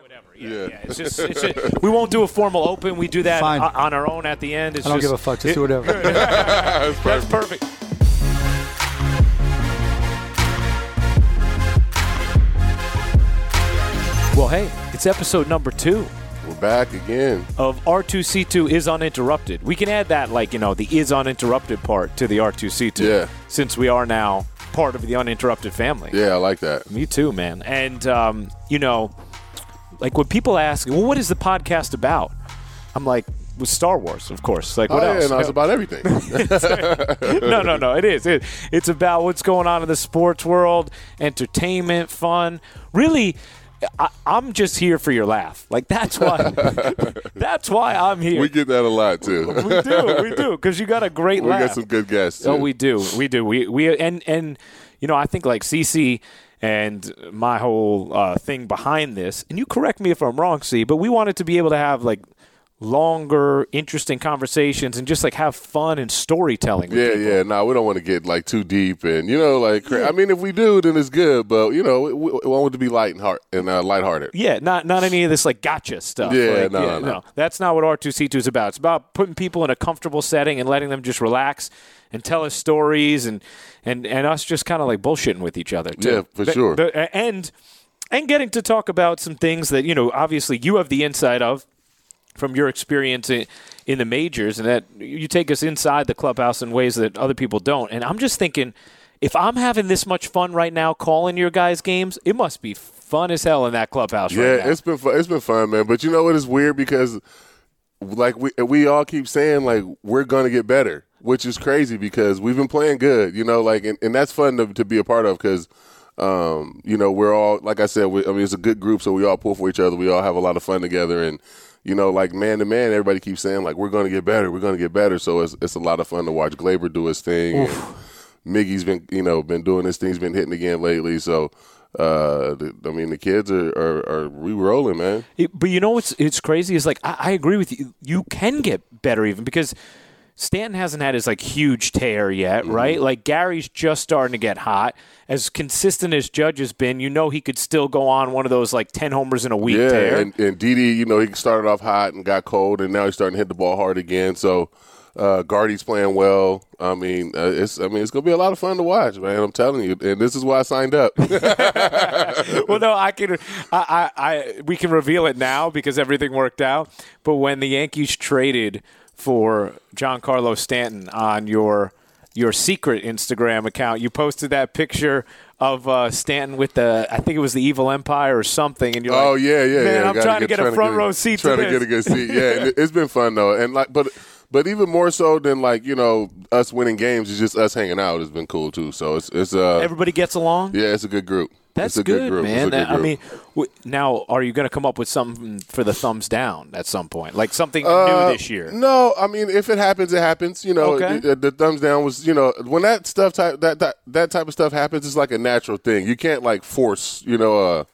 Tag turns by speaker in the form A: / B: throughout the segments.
A: whatever. Yeah, yeah.
B: Yeah.
A: It's just, it's just, we won't do a formal open. We do that
C: Fine.
A: o- on our own at the end. It's
C: I don't
A: just-
C: give a fuck. Just do whatever.
B: That's
A: That's
B: perfect.
A: perfect. Well, hey, it's episode number two
B: We're back again.
A: of R2C2 is uninterrupted. We can add that, like, you know, the is uninterrupted part to the R2C2
B: Yeah.
A: since we are now part of the uninterrupted family.
B: Yeah, I like that.
A: Me too, man. And, um, you know, like when people ask, well, what is the podcast about? I'm like, with Star Wars, of course. Like, what
B: oh,
A: else?
B: Yeah, no, it's about everything.
A: no, no, no. It is. It, it's about what's going on in the sports world, entertainment, fun. Really, I, I'm just here for your laugh. Like that's why. that's why I'm here.
B: we
A: We,
B: get that a lot too. we
A: do. We do. Because you got a great laugh.
B: got some good guests. Too.
A: Oh, we do. We do. We we and and you know, I think like CC and my whole uh, thing behind this. And you correct me if I'm wrong, C, but we wanted to be able to have like longer, interesting conversations and just like have fun and storytelling. with
B: Yeah,
A: people.
B: yeah. No, we don't want to get like too deep, and you know, like cra- I mean, if we do, then it's good. But you know, we, we we want it to be light and heart and uh, lighthearted.
A: Yeah, not not any of this like gotcha stuff.
B: Yeah,
A: Like,
B: no, no.
A: That's not what R two C two is about. It's about putting people in a comfortable setting and letting them just relax and tell us stories and and and us just kind of like bullshitting with each other. Too.
B: Yeah, for sure.
A: the- and and getting to talk about some things that you know, obviously, you have the insight of from your experience in, in the majors, and that you take us inside the clubhouse in ways that other people don't. And I'm just thinking, if I'm having this much fun right now calling your guys' games, it must be fun as hell in that clubhouse
B: Yeah,
A: right now.
B: it's been fun. It's been fun, man. But you know what is weird because, like we we all keep saying, like we're gonna get better, which is crazy because we've been playing good. You know, like and, and that's fun to, to be a part of because, um, you know, we're all like I said, we, I mean, it's a good group, so we all pull for each other. We all have a lot of fun together, and you know, like man to man, everybody keeps saying like we're gonna get better, we're gonna get better. So it's it's a lot of fun to watch Glaber do his thing. and- Miggy's been you know been doing this thing. He's been hitting again lately. So uh, the, I mean, the kids are are, are re rolling, man.
A: It- but you know what's it's crazy is like I, I agree with you. You can get better even because Stanton hasn't had his like huge tear yet,
B: Mm-hmm.
A: right? Like Gary's just starting to get hot. As consistent as Judge has been, you know he could still go on one of those like ten homers in a week
B: Yeah,
A: tear.
B: and and Didi, you know, he started off hot and got cold, and now he's starting to hit the ball hard again. So. Uh, Guardy's playing well. I mean, uh, it's I mean it's gonna be a lot of fun to watch, man. I'm telling you, and this is why I signed up.
A: well, no, I can. I, I, I, we can reveal it now because everything worked out. But when the Yankees traded for John Carlos Stanton on your your secret Instagram account, you posted that picture of uh, Stanton with the, I think it was the Evil Empire or something, and you're
B: oh
A: like,
B: yeah, yeah,
A: man,
B: yeah.
A: I'm
B: Gotta
A: trying to get a
B: trying
A: front row seat
B: Trying
A: to this.
B: to, get a good seat. Yeah, and it- it's been fun though, and like, but but even more so than like you know us winning games is just us hanging out has been cool too. So it's it's uh
A: Everybody gets along.
B: yeah, it's a good group.
A: That's
B: it's a good, group. It's
A: man.
B: a good
A: I
B: group.
A: mean, w- now are you going to come up with something for the thumbs down at some point, like something
B: Uh,
A: new this year?
B: No, I mean, if it happens, it happens. You know,
A: Okay.
B: the, the thumbs down was, you know, when that stuff type that, that that type of stuff happens, it's like a natural thing. You can't like force, you know, uh,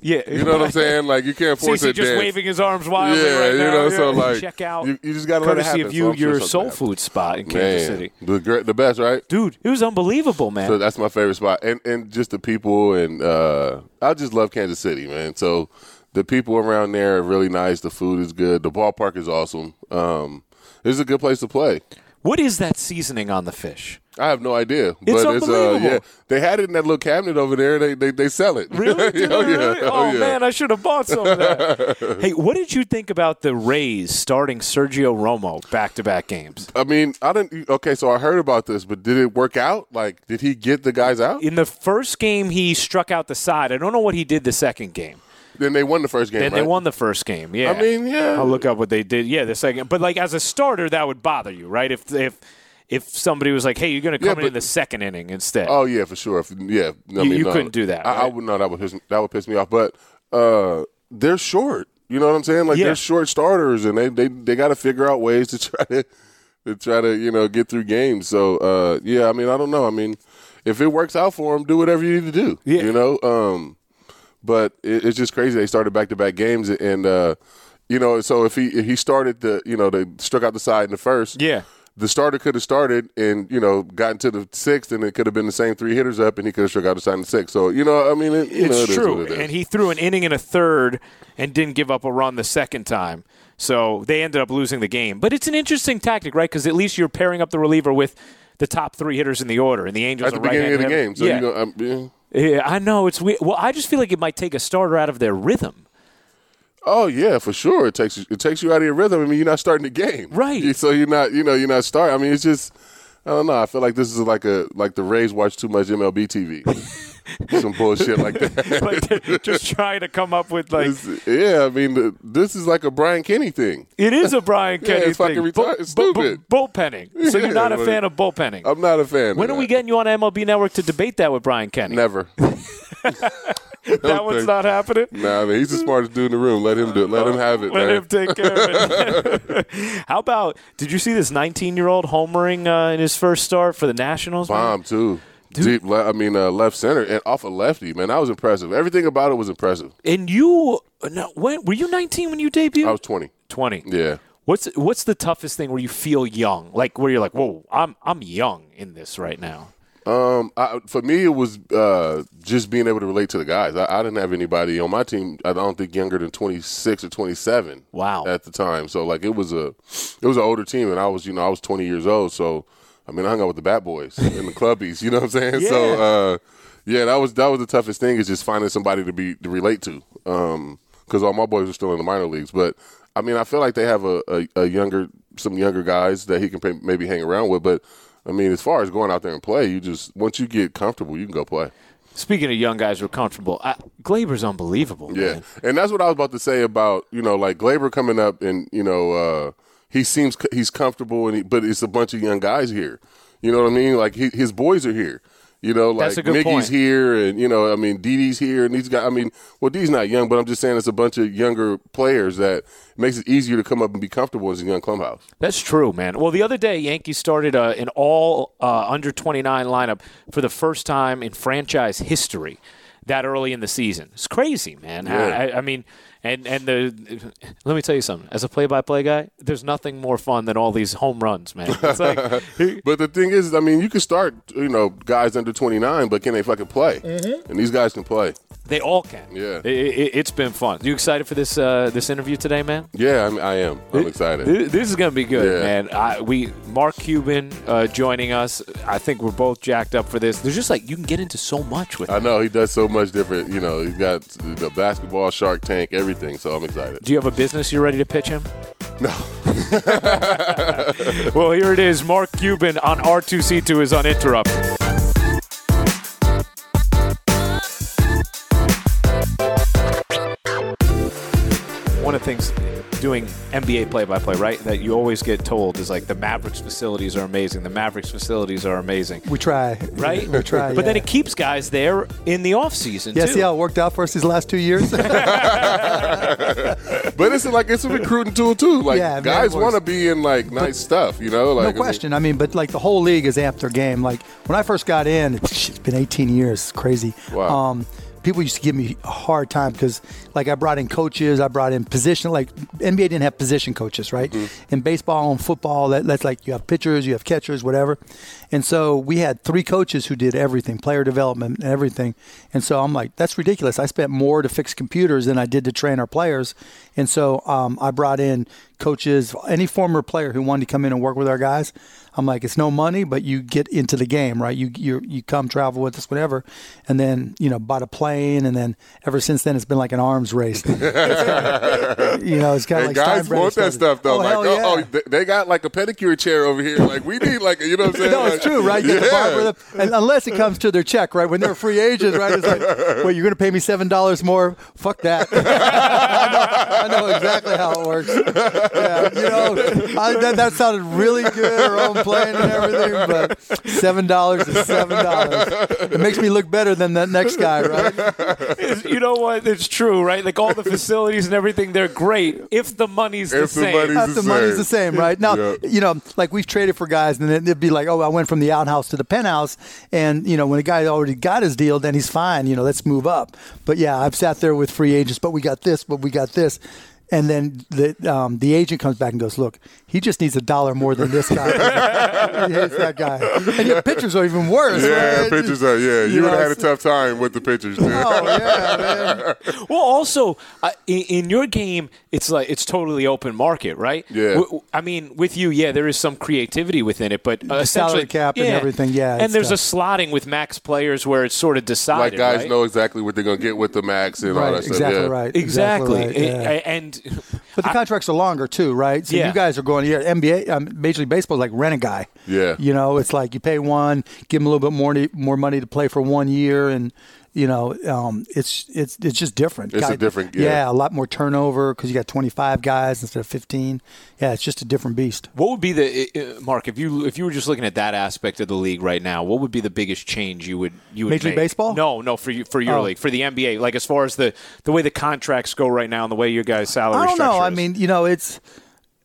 A: yeah,
B: you know what I'm saying? Like you can't force
A: CC
B: it.
A: just waving his arms wildly
B: yeah,
A: right
B: you
A: now.
B: know, so
A: Yeah.
B: like
A: check out
B: You, you just gotta let it
A: courtesy
B: happen.
A: of
B: so
A: you
B: I'm sure
A: your
B: something
A: soul
B: happens.
A: food spot in Kansas
B: Man,
A: City.
B: the gre- the best, right?
A: Dude, it was unbelievable, man.
B: So that's my favorite spot, and and just the people, and uh, I just love Kansas City, man. So the people around there are really nice. The food is good. The ballpark is awesome. Um, this is a good place to play.
A: what is that seasoning on the fish?
B: I have no idea. But uh,
A: unbelievable.
B: yeah, they had it in that little cabinet over there. They they, they sell it.
A: Really? Dude,
B: oh yeah.
A: really? Oh,
B: yeah.
A: man, I should have bought some of that. hey, what did you think about the Rays starting Sergio Romo back-to-back games?
B: I mean, I didn't. Okay, so I heard about this, but did it work out? Like, did he get the guys out?
A: In the first game, he struck out the side. I don't know what he did the second game.
B: Then they won the first game.
A: Then they
B: right?
A: won the first game. Yeah.
B: I mean, yeah.
A: I'll look up what they did. Yeah, the second. But like as a starter, that would bother you, right? If if if somebody was like, "Hey, you're going to
B: Yeah,
A: come in
B: but-
A: in the second inning instead."
B: Oh yeah, for sure. If, yeah, I
A: You-
B: mean,
A: you
B: no.
A: couldn't do that,
B: I, I
A: right?
B: would no. That would piss, that would piss me off. But uh, they're short. You know what I'm saying? Like
A: Yeah.
B: they're short starters, and they they, they got to figure out ways to try to to try to you know get through games. So uh, yeah, I mean, I don't know. I mean, if it works out for them, do whatever you need to do.
A: Yeah.
B: You know. Um, but it, it's just crazy. They started back to back games, and uh, you know, so if he if he started the you know they struck out the side in the first.
A: yeah.
B: the starter could have started and you know gotten to the sixth, and it could have been the same three hitters up, and he could have struck out a side in six. So you know, I mean, it, you know,
A: It's
B: it is
A: true.
B: what it is.
A: And he threw an inning and a third and didn't give up a run the second time. So they ended up losing the game. But it's an interesting tactic, right? Because at least you're pairing up the reliever with the top three hitters in the order. And the Angels
B: at the
A: are
B: beginning of the
A: right-handed
B: game, so
A: yeah.
B: you go, um, yeah.
A: yeah, I know. It's weird. Well, I just feel like it might take a starter out of their rhythm.
B: Oh yeah, for sure. It takes you- it takes you out of your rhythm. I mean, you're not starting the game,
A: Right.
B: You- So you're not you know you're not starting. I mean, it's just I don't know. I feel like this is like a like the Rays watch too much MLB TV, some bullshit like that.
A: Like they're just trying to come up with like
B: It's- yeah, I mean, the, this is like a Brian Kenny thing.
A: it is a Brian Kenny
B: it's fucking
A: thing.
B: retarded. It's stupid.
A: bullpenning. So you're
B: Yeah,
A: not a
B: like-
A: fan of bullpenning.
B: I'm not a fan. of
A: when are
B: that.
A: we getting you on MLB Network to debate that with Brian Kenny?
B: Never.
A: that one's
B: think-
A: not happening.
B: Nah, I mean, he's the smartest dude in the room. Let him do it. Let him have it.
A: Let
B: man.
A: him take care of it. How about? Did you see this 19-year-old homering uh, in his first start for the Nationals? man?
B: Bomb too. Deep. Le- I mean, uh, left center and off a lefty. Man, that was impressive. Everything about it was impressive.
A: And you, no, when were you 19 when you debuted?
B: I was 20.
A: 20.
B: Yeah.
A: What's what's the toughest thing where you feel young? Like where you're like, whoa, I'm I'm young in this right now.
B: Um, I, for me, it was uh, just being able to relate to the guys. I, I didn't have anybody on my team. I don't think younger than twenty six or twenty seven.
A: Wow.
B: At the time, so like it was a, it was an older team, and I was you know I was twenty years old. So I mean I hung out with the Bat Boys and the Clubbies. You know what I'm saying?
A: Yeah.
B: So uh, yeah, that was that was the toughest thing is just finding somebody to be to relate to. Um, because all my boys are still in the minor leagues, but I mean I feel like they have a, a, a younger some younger guys that he can pay, maybe hang around with, but. I mean, as far as going out there and play, you just once you get comfortable, you can go play.
A: Speaking of young guys who are comfortable, I, Glaber's unbelievable.
B: Yeah,
A: man.
B: and that's what I was about to say about you know like Glaber coming up and you know uh, he seems c- he's comfortable and he, but it's a bunch of young guys here. You know what I mean? Like he, his boys are here. You know, like
A: That's a good
B: Mickey's
A: point.
B: here, and you know, I mean, Dee Dee's here, and these guys. I mean, well, Dee's not young, but I'm just saying it's a bunch of younger players that makes it easier to come up and be comfortable as a young clubhouse.
A: That's true, man. Well, the other day, Yankees started uh, an all uh, under 29 lineup for the first time in franchise history that early in the season. It's crazy, man. I,
B: Yeah.
A: I, I mean, and and the let me tell you something. As a play-by-play guy, there's nothing more fun than all these home runs, man. It's like
B: But the thing is, I mean, you can start, you know, guys under 29, but can they fucking play?
A: Mm-hmm.
B: And these guys can play.
A: they all can.
B: Yeah.
A: I- I- it's been fun. You excited for this uh, this interview today, man?
B: Yeah, I'm, I am. I'm excited.
A: Th- This is gonna be good,
B: Yeah.
A: man. I, we Mark Cuban uh, joining us. I think we're both jacked up for this. There's just like you can get into so much with.
B: I know he does so much different. You know, he's got the basketball, Shark Tank, everything. So I'm excited.
A: Do you have a business you're ready to pitch him?
B: No.
A: Well, here it is. Mark Cuban on R2C2 is uninterrupted. One of the things doing NBA play by play, right, that you always get told is like the Mavericks facilities are amazing. The Mavericks facilities are amazing.
C: We try,
A: Right?
C: We try.
A: But then
C: yeah.
A: it keeps guys there in the offseason.
C: yeah,
A: too.
C: see how it worked out for us these last two years.
B: But it's like it's a recruiting tool too. Like
C: Yeah, man,
B: guys
C: it works.
B: want to be in like nice stuff. You know, like I
C: no
B: mean,
C: question. I mean, but like the whole league has amped their game. Like when I first got in, it's been 18 years. It's crazy.
B: Wow.
C: Um, people used to give me a hard time because like I brought in coaches, I brought in position. Like NBA didn't have position coaches, right?
A: Mm-hmm.
C: In baseball and football, that, that's like you have pitchers, you have catchers, whatever. And so we had three coaches who did everything, player development and everything. And so I'm like, that's ridiculous. I spent more to fix computers than I did to train our players. And so um, I brought in coaches, any former player who wanted to come in and work with our guys. I'm like, it's no money, but you get into the game, right? You you you come travel with us, whatever, and then you know bought a plane, and then ever since then it's been like an arms race. It's kinda- you know, it's kind
B: And
C: of like
B: guys
C: Steinbrenner
B: want that
C: started.
B: stuff though.
C: Oh,
B: like,
C: hell
B: oh, oh,
C: yeah.
B: they- they got like a pedicure chair over here. Like we need like you know what I'm saying?
C: no, it's
B: Like,
C: true, right? You
B: Yeah.
C: get the barber, the- and unless it comes to their check, right? When they're free agents, right? It's like, well, you're going to pay me seven dollars more. Fuck that. I, know, I know exactly how it works. Yeah, you know, I, that, that sounded really good, our own plan and everything, but seven dollars is seven dollars. It makes me look better than that next guy, right?
A: It's- you know what? It's true, right? Like all the facilities and everything, they're great if the money's the
B: If the
A: same.
B: money's-
C: Half the money's the same, right? Now,
B: Yeah.
C: you know, like we've traded for guys, and then it'd be like, oh, I went from the outhouse to the penthouse, and you know, when a guy already got his deal, then he's fine. You know, let's move up. But yeah, I've sat there with free agents, but we got this, but we got this. And then the um, the agent comes back and goes, "Look, he just needs a dollar more than this guy. he hates that guy." And your pictures are even worse.
B: Yeah,
C: right?
B: pictures are. Yeah, you,
C: You
B: would
C: know,
B: have had a
C: it's-
B: tough time with the pictures, dude.
C: Oh yeah, man.
A: Well, also uh, in, in your game, it's like it's totally open market, right?
B: Yeah.
A: W- w- I mean, with you, yeah, there is some creativity within it, but uh,
C: salary
A: essentially-
C: cap and everything, yeah,
A: And
C: it's
A: there's
C: tough.
A: a slotting with max players where it's sort of decided.
B: like guys
A: right?
B: know exactly what they're gonna get with the max and all
C: Right,
B: that stuff.
C: exactly
B: yeah.
C: right.
A: Exactly,
C: right,
A: A-
C: yeah.
A: a- and
C: But the contracts are longer too, right? So
A: Yeah.
C: you guys are going. Yeah, NBA, um, Major League Baseball is like rent a guy.
B: Yeah.
C: you know, it's like you pay one, give him a little bit more more money to play for one year, and you know, um, it's it's it's just different.
B: It's a different- yeah.
C: a lot more turnover because you got twenty five guys instead of fifteen. Yeah, it's just a different beast.
A: what would be the uh, uh, Mark if you if you were just looking at that aspect of the league right now? What would be the biggest change you would you would
C: Major League
A: make?
C: Baseball?
A: No, no, for you for your
C: Oh.
A: league, for the NBA, like as far as the the way the contracts go right now and the way your guys' salary.
C: I don't know.
A: structure
C: I
A: is.
C: mean, you know, it's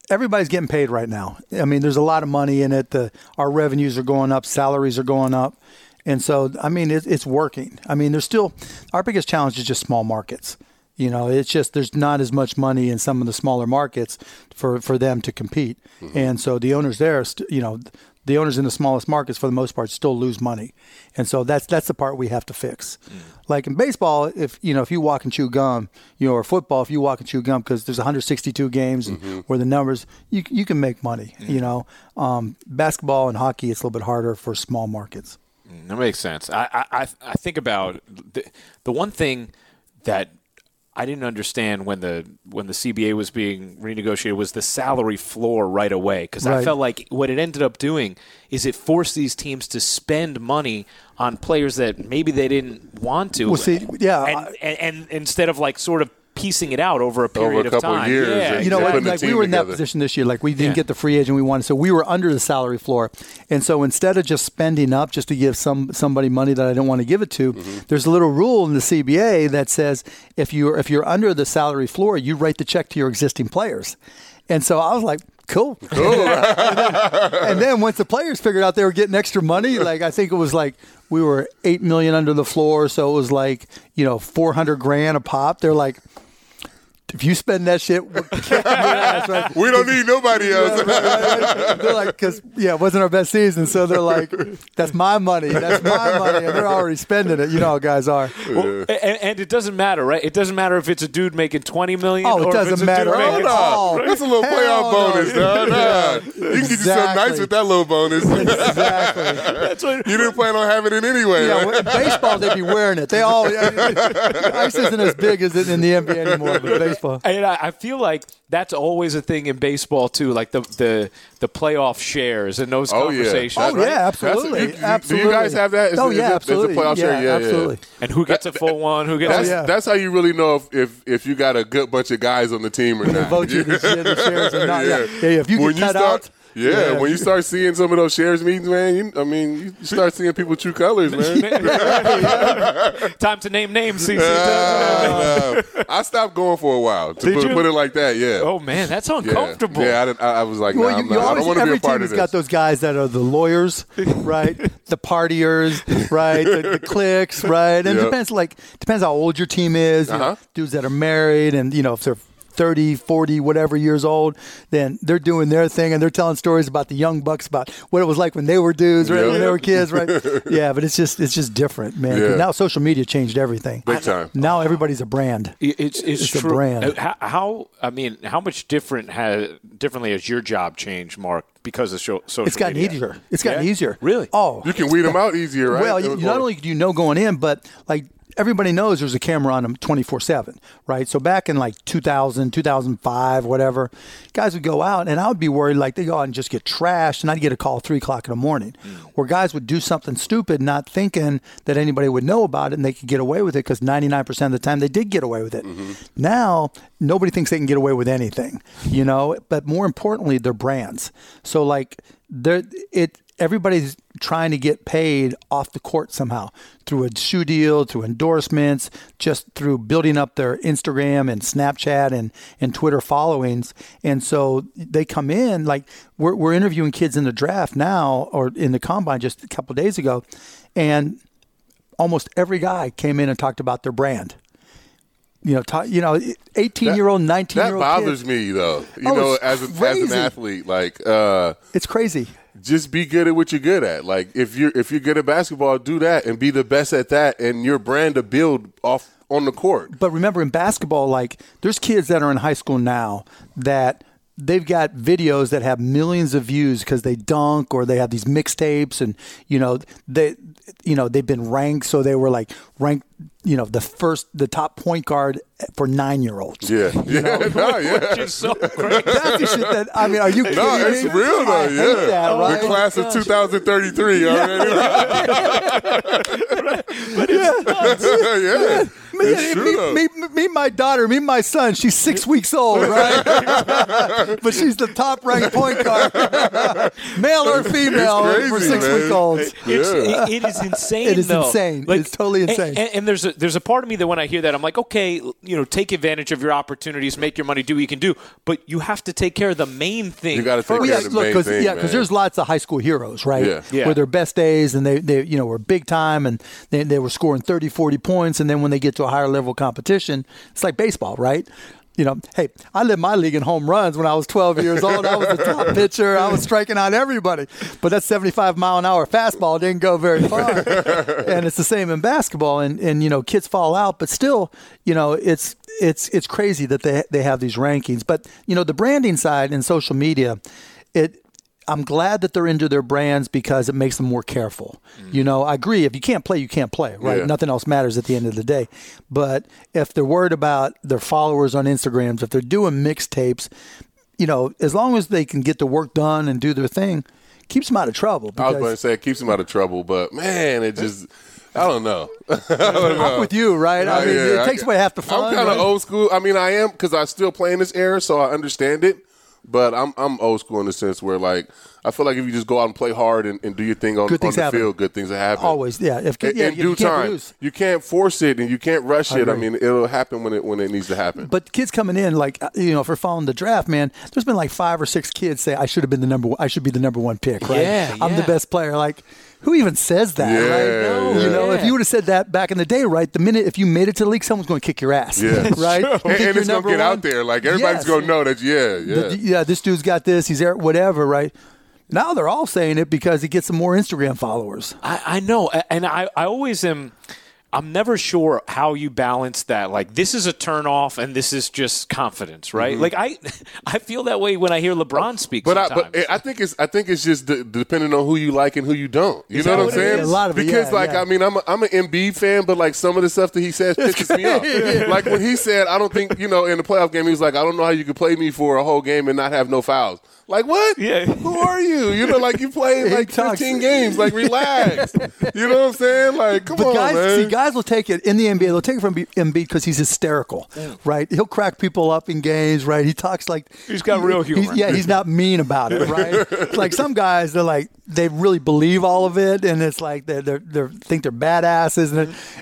C: everybody's getting paid right now. I mean, there's a lot of money in it. The our revenues are going up, salaries are going up, and so I mean, it, it's working. I mean, there's still our biggest challenge is just small markets. You know, it's just there's not as much money in some of the smaller markets for for them to compete, and so the owners there, are st- you know. The owners in the smallest markets, for the most part, still lose money, and so that's that's the part we have to fix. Like in baseball, if you know if you walk and chew gum, you know, or football, if you walk and chew gum because there's 162 games and where the numbers, you you can make money. You know, um, basketball and hockey, it's a little bit harder for small markets.
A: Mm, That makes sense. I I, I- I think about the, the one thing that I didn't understand when the when the CBA was being renegotiated was the salary floor right away because I
C: Right.
A: felt like what it ended up doing is it forced these teams to spend money on players that maybe they didn't want to.
C: Well, see, yeah,
A: and,
C: I-
A: and, and instead of like sort of piecing it out over a period
B: a couple
A: of time,
B: years
A: yeah,
B: and-
C: you know
B: Yeah.
C: what?
B: Putting a
C: Like we
B: team
C: were in that
B: together.
C: position this year. Like we didn't
A: Yeah.
C: get the free agent we wanted, so we were under the salary floor. And so instead of just spending up just to give some somebody money that I don't want to give it to,
A: Mm-hmm.
C: there's a little rule in the CBA that says if you are if you're under the salary floor, you write the check to your existing players. And so I was like, cool. and then once the players figured out they were getting extra money, like I think it was like we were eight million under the floor, so it was like you know four hundred grand a pop. They're like, if you spend that shit, we're kicking your ass, right?
B: We don't need nobody else.
C: they're like, because yeah, it wasn't our best season, so they're like, that's my money, that's my money, and they're already spending it. You know how guys are.
A: Well, a- and, and it doesn't matter, right? It doesn't matter if it's a dude making twenty million.
C: Oh, it
A: or if
C: doesn't
A: it's a dude
C: matter at
A: making-
B: Hold
C: all.
B: on. Oh, That's a little
C: Hell
B: playoff
C: no.
B: bonus, dog. Nah. You can get yourself
C: Exactly.
B: nice with that little bonus.
C: Exactly.
A: That's what-
B: you didn't plan on having it anyway.
C: Yeah,
B: right?
C: well, in baseball they'd be wearing it. They all ice isn't as big as it in the NBA anymore, but baseball.
A: And I, I feel like that's always a thing in baseball too, like the the, the playoff shares and those
B: Oh, yeah.
A: conversations.
C: Oh
B: That's-
C: yeah,
B: that's-
C: absolutely,
B: you- you- do you guys
C: absolutely.
B: have that? Is
C: oh
B: it- is it-
C: yeah,
B: is it
C: absolutely.
B: playoff share? Yeah, yeah.
C: absolutely.
A: And who gets a full one? Who gets?
B: That's,
C: Oh, yeah.
B: that's how you really know if, if, if you got a good bunch of guys on the team or
C: They
B: not.
C: vote you to share the shares or not. Yeah, yeah. yeah, If you
B: When
C: get cut
B: start,
C: out,
B: Yeah,
C: yeah.
B: when you start seeing some of those shares meetings, man, you, I mean, you start seeing people true colors, man.
A: Time to name names. CC.
B: Uh, I stopped going for a while to
A: Did
B: put,
A: you?
B: put it like that. Yeah.
A: oh man, that's
B: yeah.
A: uncomfortable.
B: Yeah, I, didn't, I, I was like, nah,
C: Well,
B: I'm
C: you,
B: not,
C: you
B: I don't
C: always,
B: want to be
C: every
B: a part
C: team
B: of
C: has
B: this.
C: got those guys that are the lawyers, right? the partiers, right? The, the cliques, right? And
B: Yep.
C: it depends, like, depends how old your team is. you know,
B: Uh-huh.
C: dudes that are married and, you know, if they're 30, 40, whatever years old, then they're doing their thing and they're telling stories about the young bucks, about what it was like when they were dudes, right?
B: Yep.
C: When they were kids, right? yeah, but it's just, it's just different, man. 'cause
B: Yeah.
C: Now social media changed everything.
B: Big time.
C: Now everybody's a brand.
A: It- It's, it's,
C: It's a
A: true.
C: brand.
A: Uh, How, how I mean, how much different has differently has your job changed, Mark, because of sho- social?
C: It's gotten
A: media?
C: easier. It's gotten
A: Yeah?
C: easier.
A: Really?
C: Oh,
B: You can weed them out easier, right?
C: Well,
B: It
C: you,
B: was
C: not
B: more-
C: only do you know going in, but like everybody knows there's a camera on them 24 7, right? So back in like 2000, 2005, whatever, guys would go out and I would be worried like they go out and just get trashed and I'd get a call at 3 o'clock in the morning
B: Mm.
C: where guys would do something stupid, not thinking that anybody would know about it and they could get away with it because 99% of the time they did get away with it.
B: Mm-hmm.
C: Now, nobody thinks they can get away with anything, you know, but more importantly, they're brands. So like, they're, it, everybody's trying to get paid off the court somehow through a shoe deal, through endorsements, just through building up their Instagram and Snapchat and, and Twitter followings. And so they come in, like we're, we're interviewing kids in the draft now or in the combine just a couple days ago. And almost every guy came in and talked about their brand. you know, t- you know, eighteen year old, nineteen
B: That
C: year old.
B: bothers me though. You
C: Oh,
B: know,
C: it's
B: as, a, as an
C: crazy.
B: athlete, like uh,
C: It's crazy.
B: just be good at what you're good at. Like if you're if you're good at basketball, do that and be the best at that, and your brand to build off on the court.
C: But remember, in basketball, like there's kids that are in high school now that they've got videos that have millions of views because they dunk or they have these mixtapes, and you know they, you know they've been ranked, so they were like ranked, you know, the first, the top point guard for nine year olds.
B: Yeah, yeah, no, yeah.
A: Which is so great.
C: That's the shit that I mean. Are you kidding
B: No, it's
C: me?
B: real though.
C: I hate
B: Yeah,
C: that, right?
B: the class of 2033. Already. yeah,
C: Me,
B: it's true though.
C: me, me, me, my daughter, me, my son. She's six weeks old, right? but she's the top ranked point guard, male or female,
B: It's crazy,
C: for six
B: man.
C: week olds.
D: It's,
B: Yeah.
D: it, it is insane.
C: It is
D: though.
C: insane. It's totally
D: and-
C: insane.
A: And, and there's a, there's a part of me that when I hear that I'm like, okay, you know, take advantage of your opportunities, make your money, do what you can do, but you have to take care of the main thing.
B: You got to take
C: Well,
B: care
C: yeah,
B: of the
C: look,
B: main
C: cause,
B: thing,
C: yeah,
B: man.
C: because there's lots of high school heroes, right?
B: Yeah.
A: Yeah.
C: Where their best days and they, they you know, were big time and they, they were scoring 30, 40 points. And then when they get to a higher level competition, it's like baseball, right? You know, hey, I led my league in home runs when I was 12 years old. I was the top pitcher. I was striking out everybody. But that 75 mile an hour fastball didn't go very far. and it's the same in basketball. And, and, you know, kids fall out, but still, you know, it's, it's, it's crazy that they, they have these rankings. But, you know, the branding side and social media, it I'm glad that they're into their brands because it makes them more careful. You know, I agree. If you can't play, you can't play, right?
B: Mm. Yeah.
C: Nothing else matters at the end of the day. But if they're worried about their followers on Instagrams, if they're doing mixtapes, you know, as long as they can get the work done and do their thing, keeps them out of trouble.
B: I was
C: because-
B: going to say it keeps him out of trouble, but man, it just I don't know.
C: I'm with you, right? I mean, it takes away half the fun.
B: I'm kind of
C: right?
B: old school. I mean, I am because I still play in this era, so I understand it. But I'm I'm old school in the sense where like I feel like if you just go out and play hard and, and do your thing on,
C: Good
B: on
C: things
B: the
C: happen.
B: field, good things will happen.
C: Always, yeah. If
B: In,
C: yeah,
B: in
C: you
B: due
C: can't
B: time,
C: lose.
B: you can't force it and you can't rush it. I
C: agree.
B: mean, it'll happen when it when it needs to happen.
C: But kids coming in, like uh, you know, if we're following the draft, man, there's been like five or six kids say I should have been the number. One, I should be the number one pick. Right?
A: Yeah,
C: I'm the
A: yeah.
C: best player. Like, who even says that?
B: Yeah,
C: right?
B: No,
C: You know, if
A: yeah.
C: you would have said that back in the day, right? The minute if you made it to the league, someone's going to kick your ass.
B: yeah,
C: right. You
B: and, and
C: think you're
B: it's gonna
C: number
B: get
C: one?
B: out there. Like everybody's
C: Yes.
B: gonna know that. Yeah, yeah.
C: The- yeah, this dude's got this. He's there, whatever. Right. Now they're all saying it because he gets some more Instagram followers.
A: I, I know, a- and I, I always am. I'm never sure how you balance that. Like this is a turnoff, and this is just confidence, right?
C: Mm-hmm.
A: Like I, I feel that way when I hear LeBron speak.
B: But I,
A: sometimes.
B: but I think it's I think it's just de- depending on who you like and who you don't. You
A: Is
B: know
A: that
B: what I'm
A: what it
B: saying?
A: is?
C: A lot of it,
B: because
C: yeah,
B: like
C: yeah.
B: I mean I'm a, I'm an MB fan, but like some of the stuff that he says pisses me off. Like when he said I don't think you know in the playoff game he was like I don't know how you could play me for a whole game and not have no fouls. Like what?
A: Yeah.
B: Who are you? You know, like you played
C: He
B: like
C: talks-
B: 15 games. Like relax. you know what I'm saying? Like come
C: But
B: on,
C: guys,
B: man.
C: see, guys will take it in the NBA. They'll take it from Embiid because he's hysterical, right? He'll crack people up in games, right? He talks like
A: He's got real humor.
C: He's- yeah, he's not mean about it, right? it's like some guys, they're like they really believe all of it, and it's like they they they think they're badasses, and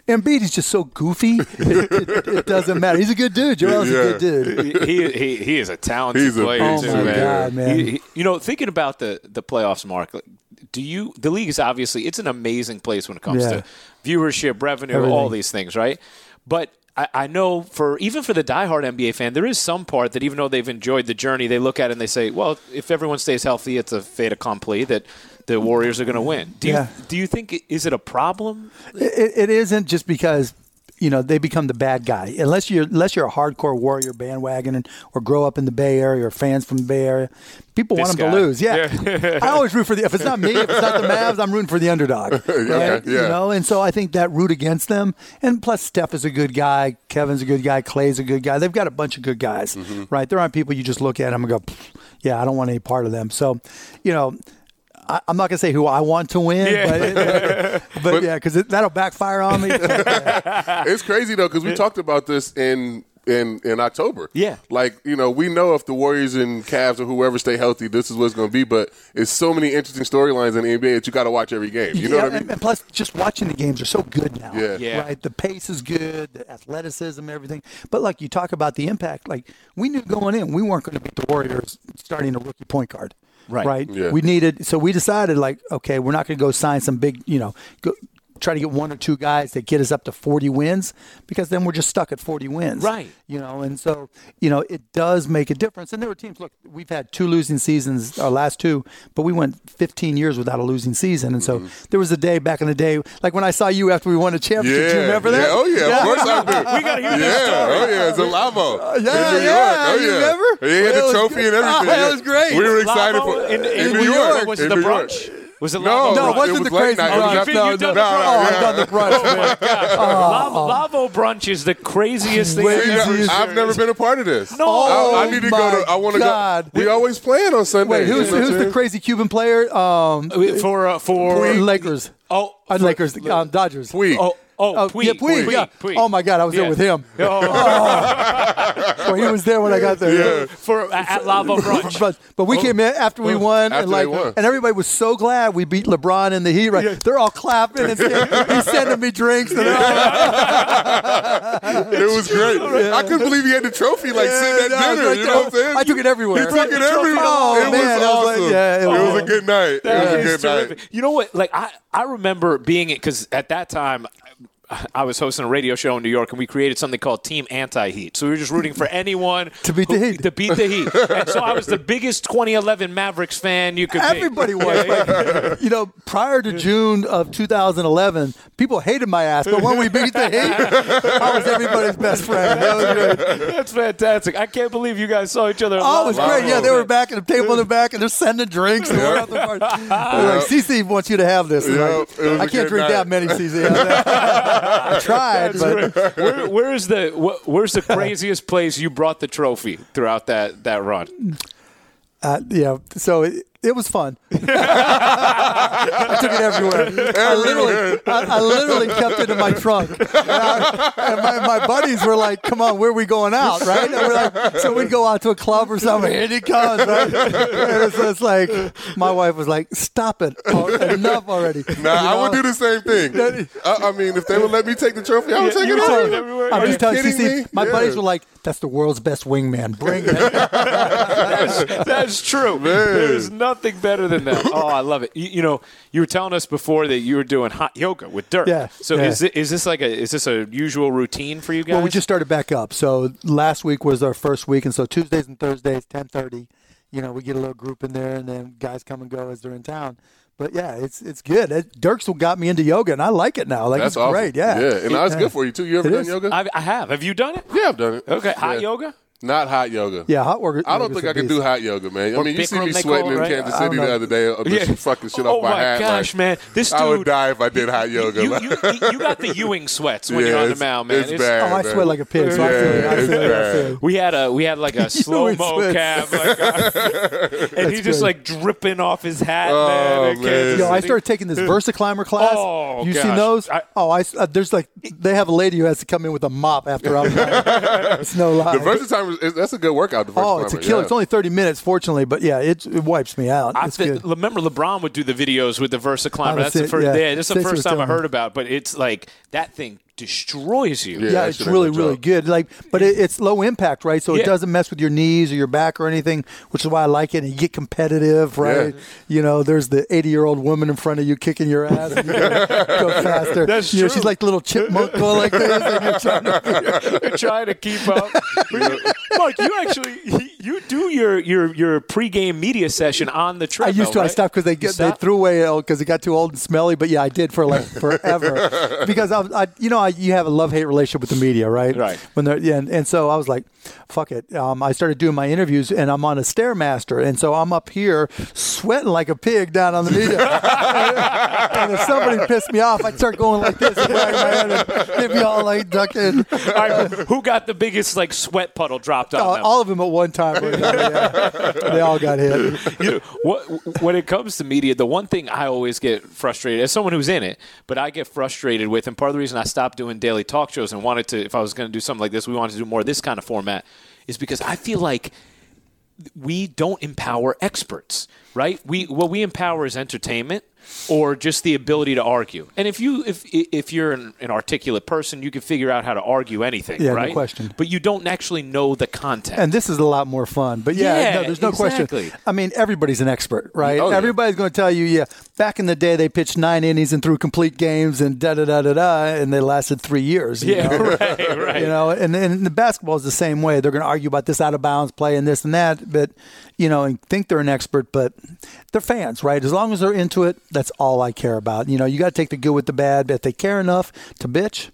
C: then Embiid is just so goofy. it, it- it doesn't matter. He's a good dude. Joel's
B: Yeah.
C: a good dude.
A: he, he he is a talented
B: He's a
A: player.
B: beast,
A: too,
B: Oh, my
C: God, man.
A: He- he- you know, thinking about the the playoffs, Mark. like, Do you? The league is obviously it's an amazing place when it comes
C: Yeah.
A: to viewership, revenue, all
C: Everything.
A: these things, right? But I, I know for even for the diehard NBA fan, there is some part that even though they've enjoyed the journey, they look at it and they say, "Well, if everyone stays healthy, it's a fait accompli that the Warriors are going to win." Do
C: Yeah.
A: you do you think it- is it a problem?
C: it, it isn't just because you know they become the bad guy unless you're unless you're a hardcore warrior bandwagon and, or grow up in the bay area or fans from the bay area people want
A: This
C: them
A: guy.
C: to lose yeah, i always root for the if it's not me if it's not the mavs i'm rooting for the underdog right?
B: yeah.
C: you know and so i think that root against them and plus steph is a good guy kevin's a good guy clay's a good guy they've got a bunch of good guys
B: Mm-hmm.
C: right there aren't people you just look at them and go "Pfft, yeah i don't want any part of them so you know I, I'm not gonna say who I want to win, but, it, but, yeah, because that'll backfire on me.
B: it's crazy though because we talked about this in in in October.
A: Yeah.
B: like you know, we know if the Warriors and Cavs or whoever stay healthy, this is what's going to be. But it's so many interesting storylines in the NBA that you got to watch every game. You know
C: Yeah,
B: what I
C: and,
B: mean?
C: and plus, just watching the games are so good now.
B: Yeah.
A: Yeah.
C: Right. The pace is good, the athleticism, everything. But like you talk about the impact, like we knew going in, we weren't going to beat the Warriors starting a rookie point guard.
A: Right.
C: Right.
B: Yeah.
C: We needed, so we decided, like, okay, we're not going to go sign some big, you know, go, try to get one or two guys that get us up to 40 wins because then we're just stuck at 40 wins.
A: Right.
C: You know, and so, you know, it does make a difference. And there were teams, look, we've had two losing seasons, our last two, but we went 15 years without a losing season. And so
B: Mm-hmm.
C: there was a day back in the day, like when I saw you after we won a championship. Do you remember that?
B: Yeah, oh yeah, of course I do. we
A: gotta hear
B: yeah,
A: this story.
B: oh yeah, it's a Lavo in New
C: yeah,
B: York.
C: yeah,
B: Oh
C: you
B: yeah,
C: remember?
B: He had
C: Well,
B: the
C: it was
B: trophy
C: good.
B: and everything.
C: Ah,
B: Yeah.
C: that was great.
B: We were excited
A: Lavo
B: for
A: in- in
B: New
A: New
B: York.
A: York. Was
B: in
A: it the
B: New York.
A: brunch? Was it
B: no,
A: Lavo
C: No, it
A: brunch?
C: wasn't
B: was
C: the
B: late
C: crazy
B: night.
C: brunch.
B: It was
A: You've
B: after-
A: done the
B: no,
A: brunch.
B: no,
C: Oh, I've
B: yeah.
C: done the brunch, man. Oh.
A: Lavo, Lavo brunch is the craziest thing I've
B: See,
A: ever
B: now, I've never been a part of this.
A: No.
B: I, I
C: Oh,
B: need to
C: my
B: go to. I want to go.
C: God.
B: We always playing on Sunday.
C: Wait, who's, who's the crazy Cuban player? Um,
A: for uh, for
C: or Lakers.
A: oh
C: Uh,
A: for-
C: Lakers. Um, Dodgers.
B: Puig.
A: oh oh,
C: Oh,
A: Puig,
C: yeah, Puig, yeah.
A: Puig.
C: Oh my God, I was
A: Yeah.
C: there with him.
A: Oh,
C: Well, he was there when I got there.
A: for at Lavo brunch.
C: But, but we came in after we won,
B: Oh. after
C: and
B: they
C: like,
B: won.
C: and everybody was so glad we beat LeBron and the Heat. Right? They're all clapping and saying, he's sending me drinks. And they're all like,
B: It was great. I couldn't believe he had the trophy like sitting
C: "Yeah,
B: at dinner.
C: right
B: you
C: there."
B: know what I'm saying?
C: I took it
B: He
C: everywhere.
B: took it everywhere.
C: Oh,
B: it was
C: man, I was like,
B: awesome.
C: yeah,
B: it, was, a good night.
A: That
B: it was a
A: is
B: good night.
A: terrific. You know what? Like I, I remember being it because at that time. I- I was hosting a radio show in New York, and we created something called Team Anti Heat. So we were just rooting for anyone
C: To beat the Heat.
A: To beat the Heat, and so I was the biggest 2011 Mavericks fan you could. be.
C: Everybody was. Like, you know, prior to June of 2011, people hated my ass, but when we beat the Heat, I was everybody's best friend. That was great.
A: That's fantastic. I can't believe you guys saw each other.
C: Oh, it was
A: live.
C: great. Yeah, they were back at the table in the back, and they're sending drinks. And we're out the bar. They're like, CC wants you to have this. And
B: Yeah,
C: like,
B: it was
C: I
B: a
C: can't
B: good
C: drink
B: night.
C: that many, CC. I tried,
A: That's
C: but
A: great. Where, where is the wh- where's the craziest place you brought the trophy throughout that that run?
C: uh, yeah. So it, it was fun. I took it everywhere. I literally, I, I literally kept it in my trunk. And, I- and my, my buddies were like, "Come on, where are we going out?" Right? And we're like, so we'd go out to a club or something. Here it comes. Right? And it's, it's like my wife was like, "Stop it! Oh, enough already."
B: Nah, I would do the same thing. I, I mean, if they would let me take the trophy, I would take
A: you
B: it
A: would
B: all.
A: take it everywhere.
C: I'm
A: Are
B: you
C: just telling you,
B: kidding
C: see,
B: me?
C: my
B: Yeah.
C: buddies were like, "That's the world's best wingman. Bring it."
A: That's, that's true. There's nothing better than that. Oh, I love it. You, you know, you were telling us before that you were doing hot yoga with Dirk.
C: Yeah,
A: So
C: yeah.
A: is it, is this like a is this a usual routine for you guys?
C: well, we just started back up. So last week was our first week, and so Tuesdays and Thursdays, 10:30. You know, we get a little group in there, and then guys come and go as they're in town. But yeah, it's it's good. It, Dirk's got me into yoga, and I like it now. Like
B: That's
C: it's
B: awesome.
C: great. Yeah,
B: yeah, and that's good for you too. You ever
C: It
B: done
C: is.
B: yoga?
A: I, I have. Have you done it?
B: yeah, I've done it.
A: Okay, hot
B: Yeah.
A: yoga.
B: Not hot yoga.
C: Yeah, hot work.
B: I don't think I can do hot yoga, man. I
A: Or
B: mean, you see
A: Bikram,
B: me
A: they
B: sweating
A: call it,
B: in
A: right?
B: Kansas
C: I don't
B: City
C: know.
B: the other day, uh,
A: Yeah.
B: just fucking shit
A: Oh
B: off my,
A: my
B: hat.
A: gosh,
B: like,
A: man. This
B: I would
A: dude-
B: die if I did hot yoga.
A: You,
B: like-
A: you, you got the Ewing sweats when
B: Yeah,
A: you're on the
B: it's-
A: mound, man.
B: it's bad.
C: Oh, I
B: man.
C: sweat like a pig. So I
B: Yeah,
C: feel it. I
B: it's
C: feel it. I
B: bad.
C: feel it.
A: We had a we had like a slow mo
C: sweats.
A: cab, like a- and he's just
C: good.
A: like dripping off his hat,
B: Oh,
A: man. in
B: man.
A: Kansas
B: Yo,
C: Yo, I
A: City.
C: started taking this VersaClimber class.
A: Oh,
C: you seen
A: gosh.
C: those?
A: I-
C: oh, I s- uh, there's like they have a lady who has to come in with a mop after I'm done. it's no lie.
B: the versatile is that's a good workout. The
C: oh, it's a
B: versatile,
C: killer.
B: yeah.
C: It's only 30 minutes, fortunately, but yeah, it, it wipes me out.
A: I
C: it's
A: think,
C: good.
A: remember LeBron would do the videos with the Versa
C: Oh,
A: climber. That's
C: that's
A: the
C: it,
A: first. Yeah,
C: yeah.
A: that's the
C: Stacey
A: first
C: was
A: time I
C: telling me.
A: heard about. But it's like that thing destroys you.
B: Yeah.
C: yeah,
B: that
C: it's
B: shit ain't
C: really,
B: no
C: really
B: joke.
C: good. Like, but it, it's low impact, right? So
A: Yeah.
C: it doesn't mess with your knees or your back or anything, which is why I like it. And you get competitive, right?
B: Yeah.
C: You know, there's the 80 year old woman in front of you kicking your ass. And you gotta go faster.
A: That's
C: you know,
A: true.
C: She's like the little chipmunk going like this, and you're trying to.
A: You're trying to keep up. Mark, you actually you do your your your pregame media session on the
C: I
A: treadmill.
C: used to. I
A: right?
C: stopped because they
A: You
C: get they
A: stopped?
C: threw away it because it got too old and smelly. But yeah, I did for like forever because I, was- I you know I, you have a love hate relationship with the media, right?
A: Right.
C: When they're yeah, and, and so I was like, fuck it. Um, I started doing my interviews, and I'm on a stairmaster, and so I'm up here sweating like a pig down on the media. and if somebody pissed me off, I'd start going like this, and wag my head, and they'd be all like ducking.
A: All right, who got the biggest like sweat puddle dropped on
C: Oh, All,
A: them?
C: all of them at one time. were- yeah. they all got hit.
A: you know, what, when it comes to media, the one thing I always get frustrated as someone who's in it, but I get frustrated with, and part of the reason I stopped doing daily talk shows and wanted to, if I was going to do something like this, we wanted to do more of this kind of format, is because I feel like we don't empower experts, right? We what we empower is entertainment or just the ability to argue. And if you if if you're an, an articulate person, you can figure out how to argue anything,
C: Yeah, no
A: right?
C: question.
A: But you don't actually know the content.
C: And this is a lot more fun. But yeah,
A: Yeah,
C: no, there's no
A: exactly.
C: question. I mean, everybody's an expert, right?
B: Oh, yeah.
C: Everybody's going to tell you, yeah, back in the day, they pitched nine innings and threw complete games and da da da da da, and they lasted three years. you
A: yeah,
C: know?
A: right, right.
C: You know, and, and the basketball is the same way. They're going to argue about this out of bounds play and this and that, but, you know, and think they're an expert, but they're fans, right? As long as they're into it, that's all I care about. You know, you got to take the good with the bad, but if they care enough to bitch,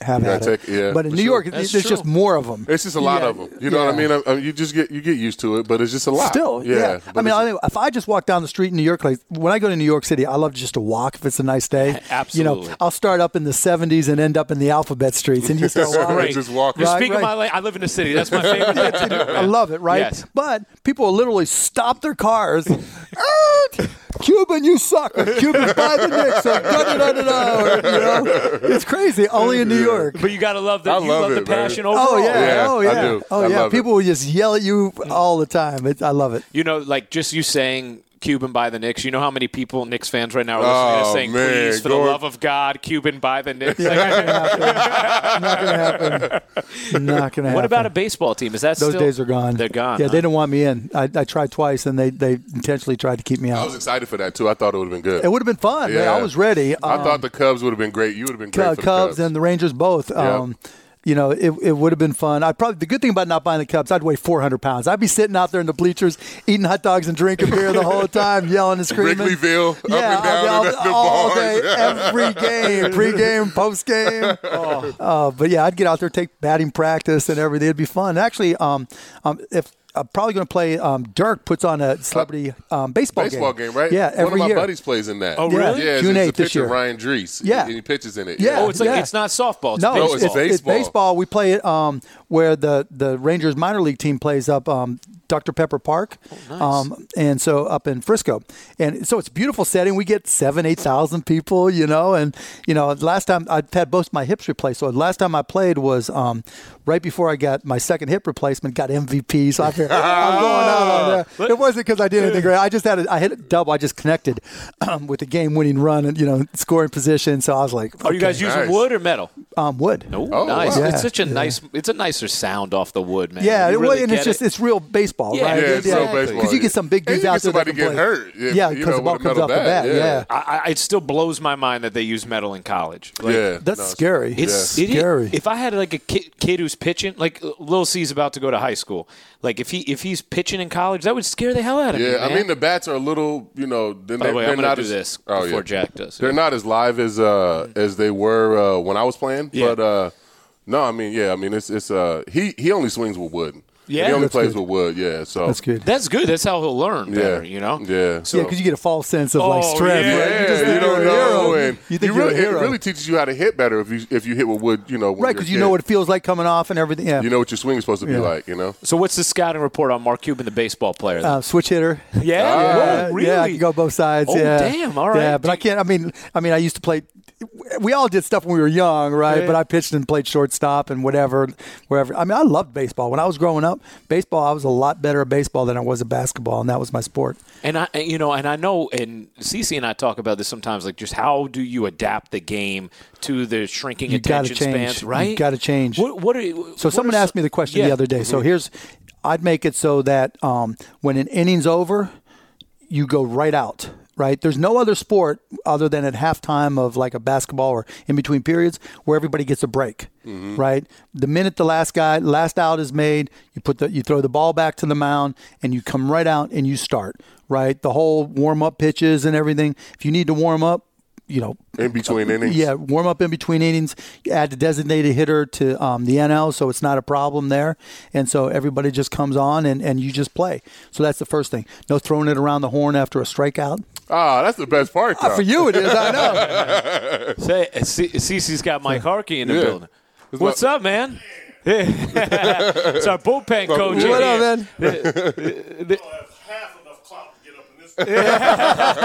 C: have
B: You
C: at
B: gotta
C: it.
B: take- yeah,
C: but in
B: for
C: New
B: sure.
C: York,
A: That's
C: there's
A: true.
C: just more of them.
B: It's just a lot
C: Yeah,
B: of them. You know what I
C: yeah.
B: mean? I, I mean? You just get you get used to it, but it's just a lot.
C: Still, yeah.
B: but
C: I mean,
B: it's-
C: I, if I just walk down the street in New York, like when I go to New York City, I love just to walk if it's a nice day. You
A: Absolutely.
C: know, I'll start up in the 70s and end up in the alphabet streets, and you start walking.
B: Right. Just walking.
A: You're
C: Right,
A: speaking
C: right.
A: my language. I live in a city. That's my favorite. thing to do,
C: I
A: man.
C: love it, right?
A: Yes.
C: But people will literally stop their cars. "Erk! Cuban, you suck. Or Cuban, buy the Knicks. Or da, da, da, da, da, or, you know? It's crazy. Only in New York.
A: But you gotta love the
B: I
A: you
B: love
A: love, the
B: it, man.
A: passion overall.
C: Oh yeah.
B: Yeah,
C: oh
B: I
C: yeah,
B: do.
C: oh
B: I
C: yeah.
B: love it.
C: People will just yell at you all the time. It, I love it.
A: You know, like just you saying Cuban by the Knicks. You know how many people Knicks fans right now are listening
B: Oh,
A: to saying,
B: man,
A: "Please, for the
B: go-
A: love of God, Cuban by the Knicks."
C: Yeah,
A: Like,
C: not gonna happen. Not gonna happen. Not gonna happen.
A: what about a baseball team? Is that
C: Those
A: still,
C: days are gone.
A: They're gone.
C: Yeah,
A: huh?
C: they didn't want me in. I, I tried twice, and they, they intentionally tried to keep me
B: I was
C: out.
B: excited for that too. I thought it would have been good.
C: It would have been fun. man. I was ready.
B: I
C: Um,
B: thought the Cubs would have been great. You would have been great
C: Cubs,
B: for the
C: Cubs and the Rangers both. Um, you know, it, it would have been fun. I probably the good thing about not buying the Cubs, I'd weigh 400 pounds. I'd be sitting out there in the bleachers, eating hot dogs and drinking beer the whole time, yelling and screaming.
B: Wrigleyville, up
C: yeah,
B: and down
C: I'll be
B: in
C: out
B: the
C: all
B: bars.
C: day, every game, pregame, postgame. Oh. Uh, but yeah, I'd get out there, take batting practice and everything. It'd be fun. Actually, um, um, if I'm probably going to play. Um, Dirk puts on a celebrity um, baseball,
B: baseball game, right?
C: Yeah, every
B: One of my
C: year.
B: buddies plays in that.
A: Oh, Yeah. really?
B: Yeah, it's-
C: June
B: it's a
C: 8th this
B: picture of
C: year.
B: Ryan Drees.
C: Yeah.
B: and he pitches in it.
C: Yeah.
A: Oh, it's like
C: Yeah.
A: it's not softball. It's
C: No,
A: baseball.
B: it's baseball.
C: It's baseball. We play it um, where the, the Rangers minor league team plays up um, Dr. Pepper Park, um, and so up in Frisco, and so it's a beautiful setting. We get seven, eight thousand people, you know, and you know, last time I had both my hips replaced. So last time I played was um, right before I got my second hip replacement, got MVP. So I figured, I'm going out on there. It wasn't because I did anything great. I just had a, I hit a double. I just connected um, with the game winning run and you know scoring position. So I was like,
A: Are Oh, you guys using
B: Nice.
A: wood or metal?
C: um, wood?
A: No,
B: Oh,
A: nice.
B: wow.
A: It's
C: Yeah,
A: such a
C: yeah.
A: nice. It's a nicer sound off the wood, man.
C: Yeah,
A: You
C: it, well,
A: really
C: and it's
A: get
C: just
A: it.
C: it's real baseball,
A: Yeah,
C: right?
B: Yeah, it's real baseball.
C: Because you get some big
B: And you
C: dudes
B: get
C: out there that
B: somebody getting
C: can play.
B: hurt, yeah,
C: yeah,
B: you
C: because
B: know,
C: the
B: with
C: ball
B: a
C: comes
B: metal
C: off the
B: bat,
C: bat. Yeah,
B: yeah.
A: I, I, it still blows my mind that they use metal in college. Like,
B: yeah,
C: that's
B: No, it's-
C: scary.
A: It's
C: Yeah.
A: it is-
C: scary.
A: if I had like a kid, kid who's pitching, like uh, Lil C's about to go to high school. Like if he if he's pitching in college, that would scare the hell out of me.
B: Yeah, I
A: man.
B: mean the bats are a little, you know, they're,
A: By the way,
B: they're
A: I'm gonna
B: not
A: do
B: as,
A: this
B: oh,
A: before
B: yeah.
A: Jack does.
B: They're not as live as uh as they were uh, when I was playing,
A: Yeah.
B: but uh no, I mean, yeah, I mean it's it's uh he he only swings with wood.
A: Yeah?
B: he only
A: That's
B: plays
C: good.
B: with wood. Yeah, so
C: That's good.
A: That's good. That's how he'll learn
B: Yeah,
A: better. You know.
B: Yeah,
C: yeah, because you get a false sense of like
A: Oh,
C: strength.
A: yeah.
C: right?
B: yeah,
C: You
B: you,
C: just think
B: don't
C: you're a
B: know,
C: hero.
B: and
C: You think
B: really,
C: you're a hero,
B: it really teaches you how to hit better if you if you hit with wood, you know, when
C: right?
B: you're a
C: Because you
B: kid.
C: know what it feels like coming off and everything. Yeah,
B: you know what your swing is supposed to be
C: Yeah.
B: like, you know.
A: So what's the scouting report on Mark Cuban, the baseball player? then?
C: uh, switch hitter.
A: yeah.
C: Yeah,
A: Whoa, really?
C: yeah, I can go both sides.
A: Oh,
C: yeah.
A: damn, all right.
C: Yeah, but I can't. I mean, I mean, I used to play. We all did stuff when we were young, right?
A: Yeah.
C: But I pitched and played shortstop and whatever, wherever. I mean, I loved baseball when I was growing up. Baseball, I was a lot better at baseball than I was at basketball, and that was my sport.
A: And I, and, you know, and I know, and Cece and I talk about this sometimes. Like, just how do you adapt the game to the shrinking
C: You gotta
A: attention
C: change.
A: spans? Right?
C: You gotta change.
A: What? what are,
C: So someone asked me the question the other day. So here's, I'd make it so that um, when an inning's over, you go right out. Right? There's no other sport other than at halftime of like a basketball or in between periods where everybody gets a break. Right? The minute the last guy last out is made, you put the you throw the ball back to the mound and you come right out and you start. Right? The whole warm up pitches and everything. If you need to warm up, you know,
B: In between innings,
C: yeah, warm up in between innings. You add the designated hitter to um, the NL, so it's not a problem there. And so everybody just comes on and, and you just play. So that's the first thing. No throwing it around the horn after a strikeout.
B: Ah, that's the best part.
C: Ah,
B: though.
C: For you, it is. I know.
A: Say, uh, C- Cece's got Mike Harkey in the
B: Yeah.
A: building.
B: It's
A: What's
B: my-
A: up, man? it's our bullpen coach. in
C: what up,
A: here.
C: man?
D: I'll have half enough clout to get up in this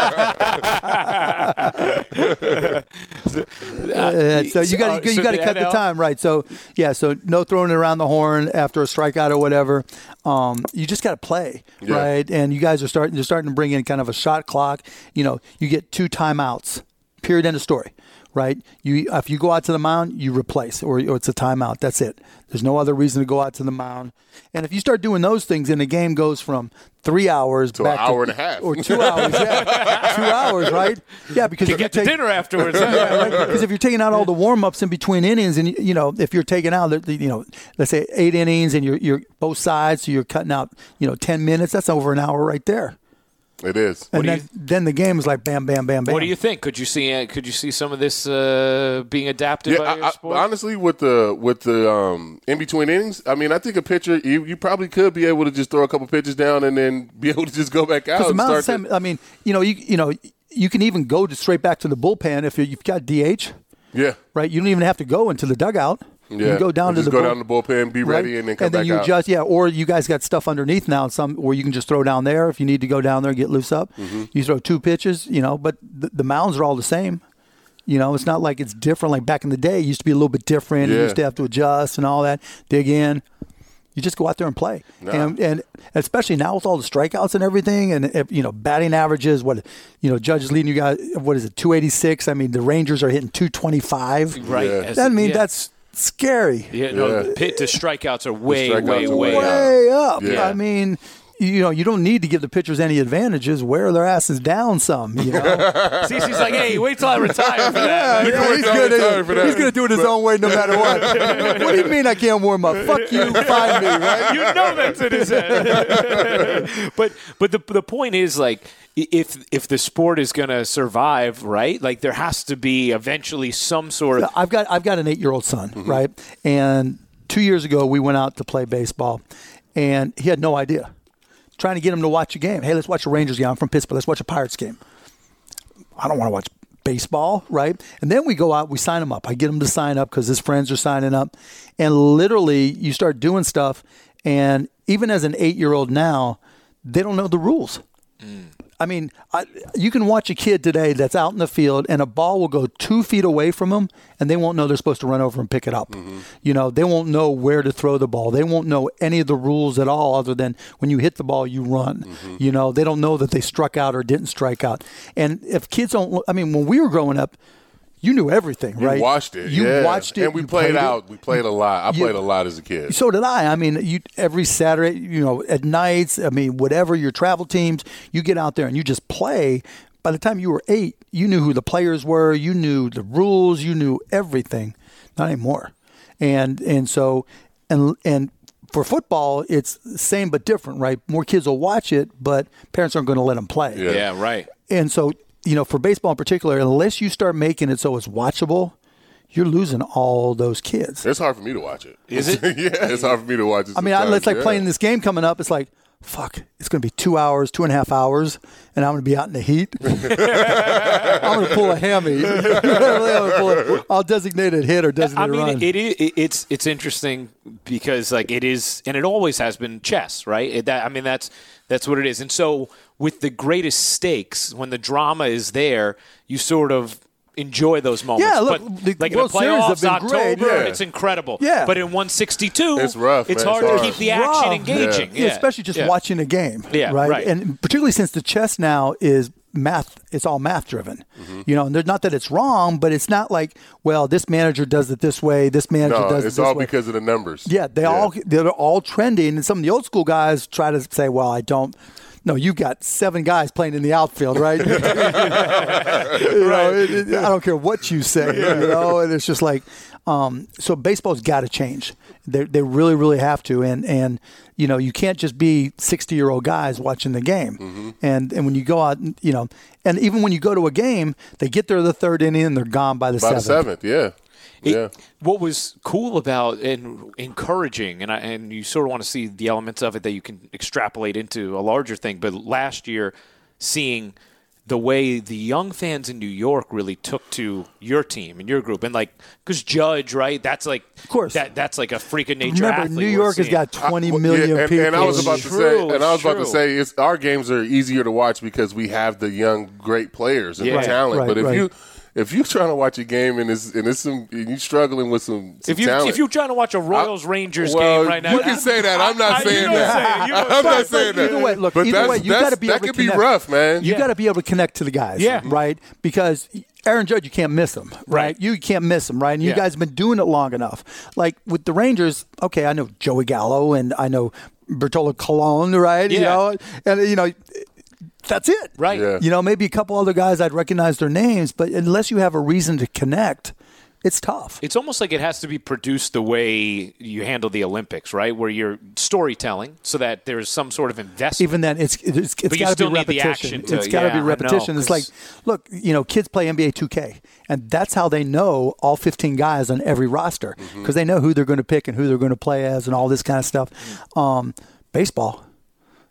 C: Uh, so you
A: Oh,
C: got to you got to cut the time right. So yeah, so no throwing it around the horn after a strikeout or whatever. Um, you just got to play
B: Yeah.
C: right, and you guys are starting you're starting to bring in kind of a shot clock. You know, you get two timeouts. Period. End of story. Right. You if you go out to the mound, you replace, or, or it's a timeout. That's it. There's no other reason to go out to the mound. And if you start doing those things, and the game goes from three hours to
B: an hour and a half.
C: or two hours, yeah, two hours, right? Yeah, because
A: You
C: if
A: get
C: you
A: to
C: take-
A: dinner afterwards.
C: yeah, right. Because if you're taking out all the warm ups in between innings, and you know, if you're taking out, the- the- you know, let's say eight innings, and you're you're both sides, so you're cutting out, you know, ten minutes. That's over an hour right there.
B: It is.
C: And
A: do
C: then,
A: you-
C: then the game is like bam, bam, bam, bam.
A: What do you think? Could you see? uh, Could you see some of this uh, being adapted by your
B: I- I-
A: sport?
B: honestly, with the with the um, in between innings, I mean, I think a pitcher you, you probably could be able to just throw a couple pitches down and then be able to just go back out.
C: Because the
B: And
C: amount
B: start
C: of time,
B: to-
C: I mean, you know, you you know, you can even go to straight back to the bullpen if you- you've got DH,
B: yeah,
C: right? You don't even have to go into the dugout. You
B: yeah.
C: can go down to
B: just
C: the
B: go
C: bull-
B: down to the bullpen, be ready, and then come back
C: you
B: out.
C: just yeah, or you guys got stuff underneath now, some where you can just throw down there if you need to go down there and get loose up.
B: Mm-hmm.
C: You throw two pitches, you know, but the, the mounds are all the same. You know, it's not like it's different. Like back in the day, it used to be a little bit different. You
B: Yeah.
C: used to have to adjust and all that, dig in. You just go out there and play, and and especially now with all the strikeouts and everything, and if, you know batting averages. What you know, judges leading you guys. What is it, two eighty six? I mean, the Rangers are hitting two twenty five.
A: right.
B: Yeah.
A: as-
C: I mean,
A: yeah.
C: that's scary
A: yeah. No,
B: Yeah.
A: pit to strikeouts are way,
B: strikeouts
A: way,
B: are
A: way,
B: way
A: up.
B: up.
C: way up.
B: Yeah.
C: I mean, you know, you don't need to give the pitchers any advantages. Wear their asses down some. You know,
A: CC's like, hey, wait till I retire for that.
B: Yeah,
C: he's
B: no,
C: good.
B: it's hard for that.
C: He's going to do it his own way, no matter what. what do you mean I can't warm up? Fuck you. Find me. Right?
A: you know that's in his head. but but the the point is like i- if if the sport is going to survive, right? Like there has to be eventually some sort of
C: I've got I've got an eight year old son, right? And two years ago, we went out to play baseball, and he had no idea. Trying to get him to watch a game. Hey, let's watch a Rangers game. I'm from Pittsburgh. Let's watch a Pirates game. I don't want to watch baseball, right? And then we go out, we sign him up. I get him to sign up because his friends are signing up, and literally, you start doing stuff. And even as an eight year old now, they don't know the rules. I mean, I, you can watch a kid today that's out in the field, and a ball will go two feet away from them, and they won't know they're supposed to run over and pick it up.
B: Mm-hmm.
C: You know, they won't know where to throw the ball. They won't know any of the rules at all, other than when you hit the ball, you run.
B: Mm-hmm.
C: You know, they don't know that they struck out or didn't strike out. And if kids don't, I mean, when we were growing up, you knew everything,
B: You
C: right?
B: watched it.
C: You
B: yeah.
C: watched it.
B: and we
C: you
B: played,
C: it.
B: out. We played a lot. I
C: You-
B: played a lot as a kid.
C: So did I. I mean, you every Saturday, you know, at nights. I mean, whatever your travel teams, you get out there and you just play. By the time you were eight, you knew who the players were, you knew the rules, you knew everything. Not anymore. And and so and and for football, it's same but different, right? More kids will watch it, but parents aren't going to let them play.
B: Yeah.
A: yeah, right.
C: And so, you know, for baseball in particular, unless you start making it so it's watchable, you're losing all those kids.
B: It's hard for me to watch it.
A: Is it?
B: yeah, it's hard for me to watch it.
C: I mean, I, it's like
B: yeah.
C: playing this game coming up. It's like, fuck, it's going to be two hours, two and a half hours, and I'm going to be out in the heat. I'm going to pull a hammy. You know what I mean? I'm gonna pull a- I'll designate a hit or designate
A: I mean,
C: a run.
A: it is. It's it's interesting because like it is, and it always has been chess, right? It, that I mean, that's that's what it is. And so, with the greatest stakes, when the drama is there, you sort of enjoy those moments.
C: Yeah, look,
A: but,
C: the
A: like
C: World
A: in the
C: Series have
A: playoffs,
C: been great,
A: October,
B: yeah.
A: it's incredible.
C: Yeah.
A: but in 162,
B: It's rough,
A: It's
B: man.
A: hard
B: It's
A: to
B: hard.
A: keep the action
C: Rough.
A: engaging,
C: Yeah,
A: yeah.
C: especially just
A: Yeah.
C: watching a game.
A: Yeah,
C: right?
A: right.
C: And particularly since the chess now is math, it's all math driven.
B: Mm-hmm.
C: You know, and there's not that it's wrong, but it's not like, well, this manager does it this way, this manager
B: No,
C: does it
B: it's
C: this
B: all
C: way.
B: because of the numbers.
C: Yeah, they all they're all trending, and some of the old school guys try to say, "Well, I don't." No, you've got seven guys playing in the outfield, right? You know, it- it- I don't care what you say, you know. And it's just like, um, so baseball's got to change. They they really really have to, and and you know you can't just be sixty year old guys watching the game,
B: Mm-hmm.
C: and and when you go out, you know, and even when you go to a game, they get there the third inning and they're gone by the
B: by the
C: seventh.
B: seventh. Yeah,
A: It-
B: yeah.
A: What was cool about and encouraging, and I, and you sort of want to see the elements of it that you can extrapolate into a larger thing. But last year, seeing the way the young fans in New York really took to your team and your group, and like because Judge, right? That's like, of
C: course.
A: that that's like a freak of nature.
C: Remember,
A: athlete
C: New
A: we're
C: York has
A: seeing.
C: got
B: I-
C: 20
B: Uh, well,
C: million
B: yeah, and,
C: people.
B: And I was
A: It's
B: about
A: true,
B: to say, and I was
A: it's
B: about to
A: true.
B: say, it's our games are easier to watch because we have the young great players and
A: Yeah.
B: the talent.
C: Right,
B: but if
C: right.
B: you if you're trying to watch a game and it's and it's some and you're struggling with some, some
A: If you
B: talent,
A: if you're trying to watch a Royals Rangers
B: well,
A: game right now,
B: you can say that. I'm not
A: I- I- you
B: saying
A: know what I'm
B: that.
A: saying. You know what
B: I'm not
A: I'm
B: saying
A: saying.
B: that.
C: Either way, look,
B: but
C: either
B: that's,
C: way, you
B: that's-
C: gotta be
B: that
C: able to
B: could be
C: connect.
B: rough, man.
C: you
A: Yeah.
C: got to be able to connect to the guys,
A: Yeah.
C: right? Because Aaron Judge, you can't miss him, right?
A: Right.
C: You can't miss him, right? And you
A: Yeah.
C: guys have been doing it long enough. Like with the Rangers, okay, I know Joey Gallo and I know Bertolo Colon, right? You
A: Yeah.
C: know, and you know, that's it,
A: Right.
B: Yeah.
C: You know, maybe a couple other guys I'd recognize their names, but unless you have a reason to connect, it's tough.
A: It's almost like it has to be produced the way you handle the Olympics, right? Where you're storytelling so that there's some sort of investment.
C: even then it's it's, it's
A: you
C: got to
A: still
C: be
A: need the
C: repetition
A: action to-
C: it's got to
A: yeah, I
C: be
A: know,
C: repetition it's like
A: 'cause-
C: look you know kids play nba 2k and that's how they know all 15 guys on every roster because they know who they're going to pick and who they're going to play as and all this kind of stuff um, baseball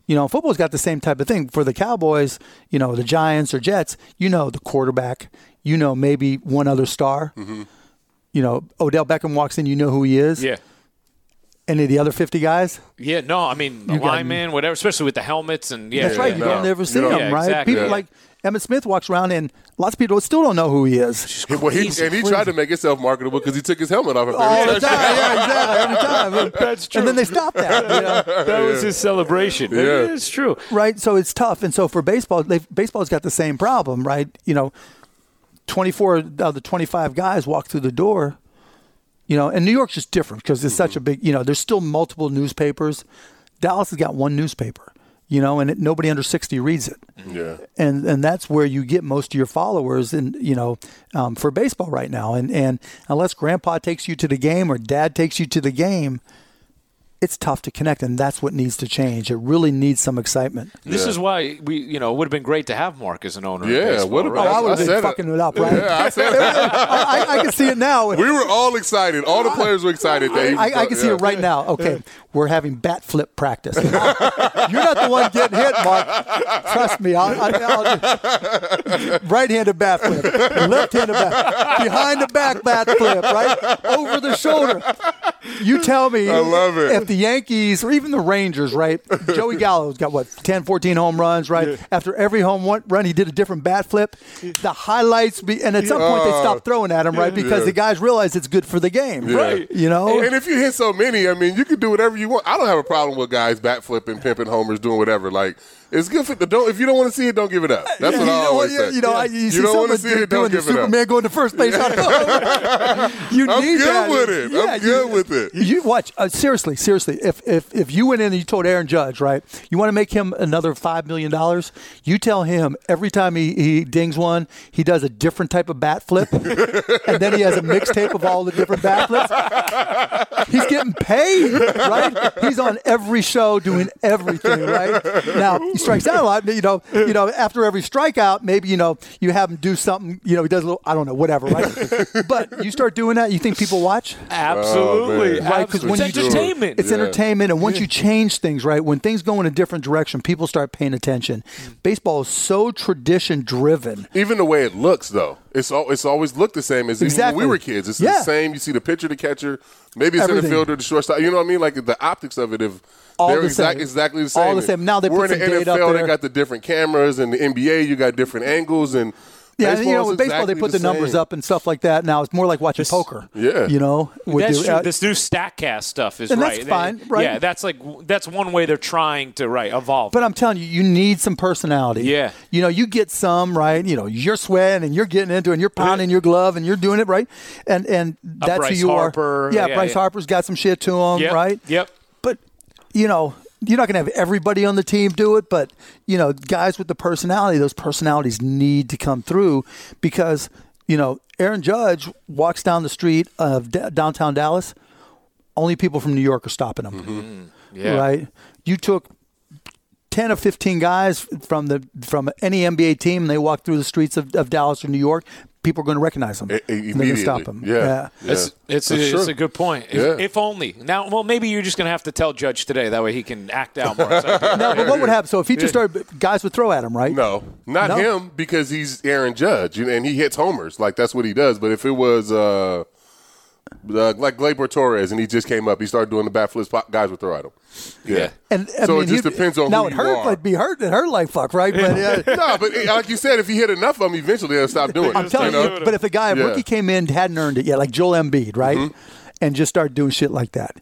C: you know, football's got the same type of thing. For the Cowboys, you know, the Giants or Jets, you know the quarterback, you know maybe one other star. You know, Odell Beckham walks in, you know who he is.
A: Mm-hmm. yeah.
C: Any of the other 50 guys?
A: Yeah, no, I mean,
C: You
A: the
C: got-
A: linemen, whatever, especially with the helmets and yeah.
C: That's right.
A: yeah,
C: You
A: no.
C: don't ever see
B: You
C: him,
B: don't-
A: Yeah,
C: right?
A: exactly.
C: People
A: Yeah.
C: like Emmett Smith walks around, and lots of people still don't know Oh, who he is.
B: Well, he,
A: Crazy,
B: and he tried to make himself marketable because he took his helmet off. at
C: All
B: every
C: the time,
B: touchdown.
C: yeah, exactly, every time.
A: That's true.
C: And then they stop that, you know,
A: that was his celebration.
B: Yeah.
A: It's true.
C: right? So it's tough. And so for baseball, they've- baseball's got the same problem, right? You know, 24 out of the 25 guys walk through the door, you know, and New York's just different because it's such a big, you know, there's still multiple newspapers. Dallas has got one newspaper, you know, and it, nobody under 60 reads it.
B: yeah.
C: and and that's where you get most of your followers and you know um, for baseball right now and and unless grandpa takes you to the game or dad takes you to the game it's tough to connect and that's what needs to change it really needs some excitement
A: This is why we, you know, it would have been great to have Mark as an owner. in
B: Yeah,
A: baseball,
B: what about-
C: oh
A: right?
C: i would have
B: I said
C: been
B: it.
C: fucking it up right
B: Yeah, I said
C: I, I, I can see it now
B: We were all excited. All the players were excited. that he-
C: I, I can see
B: yeah.
C: it right now. Okay, we're having bat flip practice. You're not the one getting hit, Mark. Trust me. I'll, I, I'll, right-handed bat flip, left-handed bat, behind the back bat flip, right over the shoulder. You tell me.
B: I love it.
C: If the Yankees or even the Rangers, right? Joey Gallo's got what 10, 14 home runs, right? After every home one- run, he did a different bat flip. The highlights, be, and at some point they stopped throwing at him, right? Because
B: Oh. Yeah.
C: the guys realize it's good for the game,
B: Yeah. Right.
C: You know,
B: And if you hit so many, I mean, you can do whatever you want. I don't have a problem with guys back flipping, pimping, homers, doing whatever. Like it's good for the don't. If you don't want to see it, don't give it up. That's what
C: you
B: I
C: know,
B: always
C: you,
B: say.
C: You know, I- you, see
B: don't want to
C: someone
B: see it,
C: doing
B: don't
C: the
B: give it up.
C: Superman going to first base. you
B: I'm
C: need
B: good
C: that.
B: with it. I'm good with it.
C: You watch uh, seriously, seriously. If if if you went in and you told Aaron Judge, right, you want to make him another five million dollars. You tell him every time he, he dings one, he does a different type of bat flip, and then he has a mixtape of all the different bat flips. He's getting paid, right? He's on every show doing everything, right? Now he strikes out a lot. You know, you know. After every strikeout, maybe you know you have him do something. You know, he does a little. I don't know, whatever, right? but you start doing that, you think people watch?
A: Absolutely.
B: man.
C: right? Because
A: Absolutely.
C: when
A: it's
C: you-
A: entertainment.
C: it's entertainment, and once you change things, right? When things go in a different direction, people start paying attention.
B: Mm.
C: Baseball is so tradition driven.
B: Even the way it looks, though, it's al- it's always looked the same as even
C: Exactly.
B: when we were kids. It's
C: Yeah.
B: the same. You see the pitcher, the catcher, maybe it's center
C: Everything.
B: fielder, the shortstop. You know what I mean? Like the optics of it. If
C: All
B: they're
C: the
B: exact-
C: same.
B: exactly the same.
C: All the same. Now they
B: we're
C: put
B: in the
C: some data up
B: NFL. They
C: there.
B: got the different cameras, and the NBA, you got different angles, and
C: Yeah, and, you know,
B: baseball's
C: with baseball,
B: exactly
C: they put the, numbers
B: same.
C: up and stuff like that. Now it's more like watching poker.
B: yeah.
C: you know, with
A: That's
C: the-
A: true.
C: uh,
A: this new Statcast stuff is
C: And that's
A: right. They-
C: fine, right?
A: Yeah, that's like that's one way they're trying to right evolve.
C: But I'm telling you, you need some personality.
A: Yeah.
C: You know, you get some right. You know, you're sweating and you're getting into it and you're pounding your glove and you're doing it right. And and that's
A: Uh, Bryce
C: who you
A: Harper.
C: are. Yeah,
A: Yeah,
C: Bryce
A: yeah.
C: Harper's got some shit to him,
A: Yep,
C: right?
A: Yep.
C: But you know, you're not going to have everybody on the team do it. But you know, guys with the personality, those personalities need to come through because you know, Aaron Judge walks down the street of d- downtown Dallas. Only people from New York are stopping him
A: Yeah.
C: right? You took ten or fifteen guys from the from any NBA team, and they walked through the streets of, of Dallas or New York. people are going to recognize him.
B: I- I-
C: and they're going to stop him.
B: E, immediately. Yeah.
A: It's it's,
B: That's
A: a,
B: true.
A: it's a good point. If,
B: Yeah.
A: if only now, well, maybe you're just gonna have to tell Judge today. That way he can act out more. So-
C: No, but what would happen? So if he just started, guys would throw at him, right?
B: No, not
C: No?
B: him because he's Aaron Judge you know, and he hits homers like that's what he does. But if it was uh, uh like Gleyber Torres and he just came up, he started doing the bat flips, pop- guys would throw at him. Yeah.
C: And I
B: so
C: mean,
B: it just
C: he-
B: depends on
C: now
B: who
C: it
B: you
C: hurt,
B: are.
C: but be hurt. It hurt like fuck, right? But uh,
B: no, but eh, like you said, if he hit enough of them, eventually they'll stop doing it.
C: I'm telling
B: know?
C: you, but if a guy, a
B: Yeah. Mm-hmm.
C: rookie came in, hadn't earned it yet, like Joel Embiid, right, and just started doing shit like that,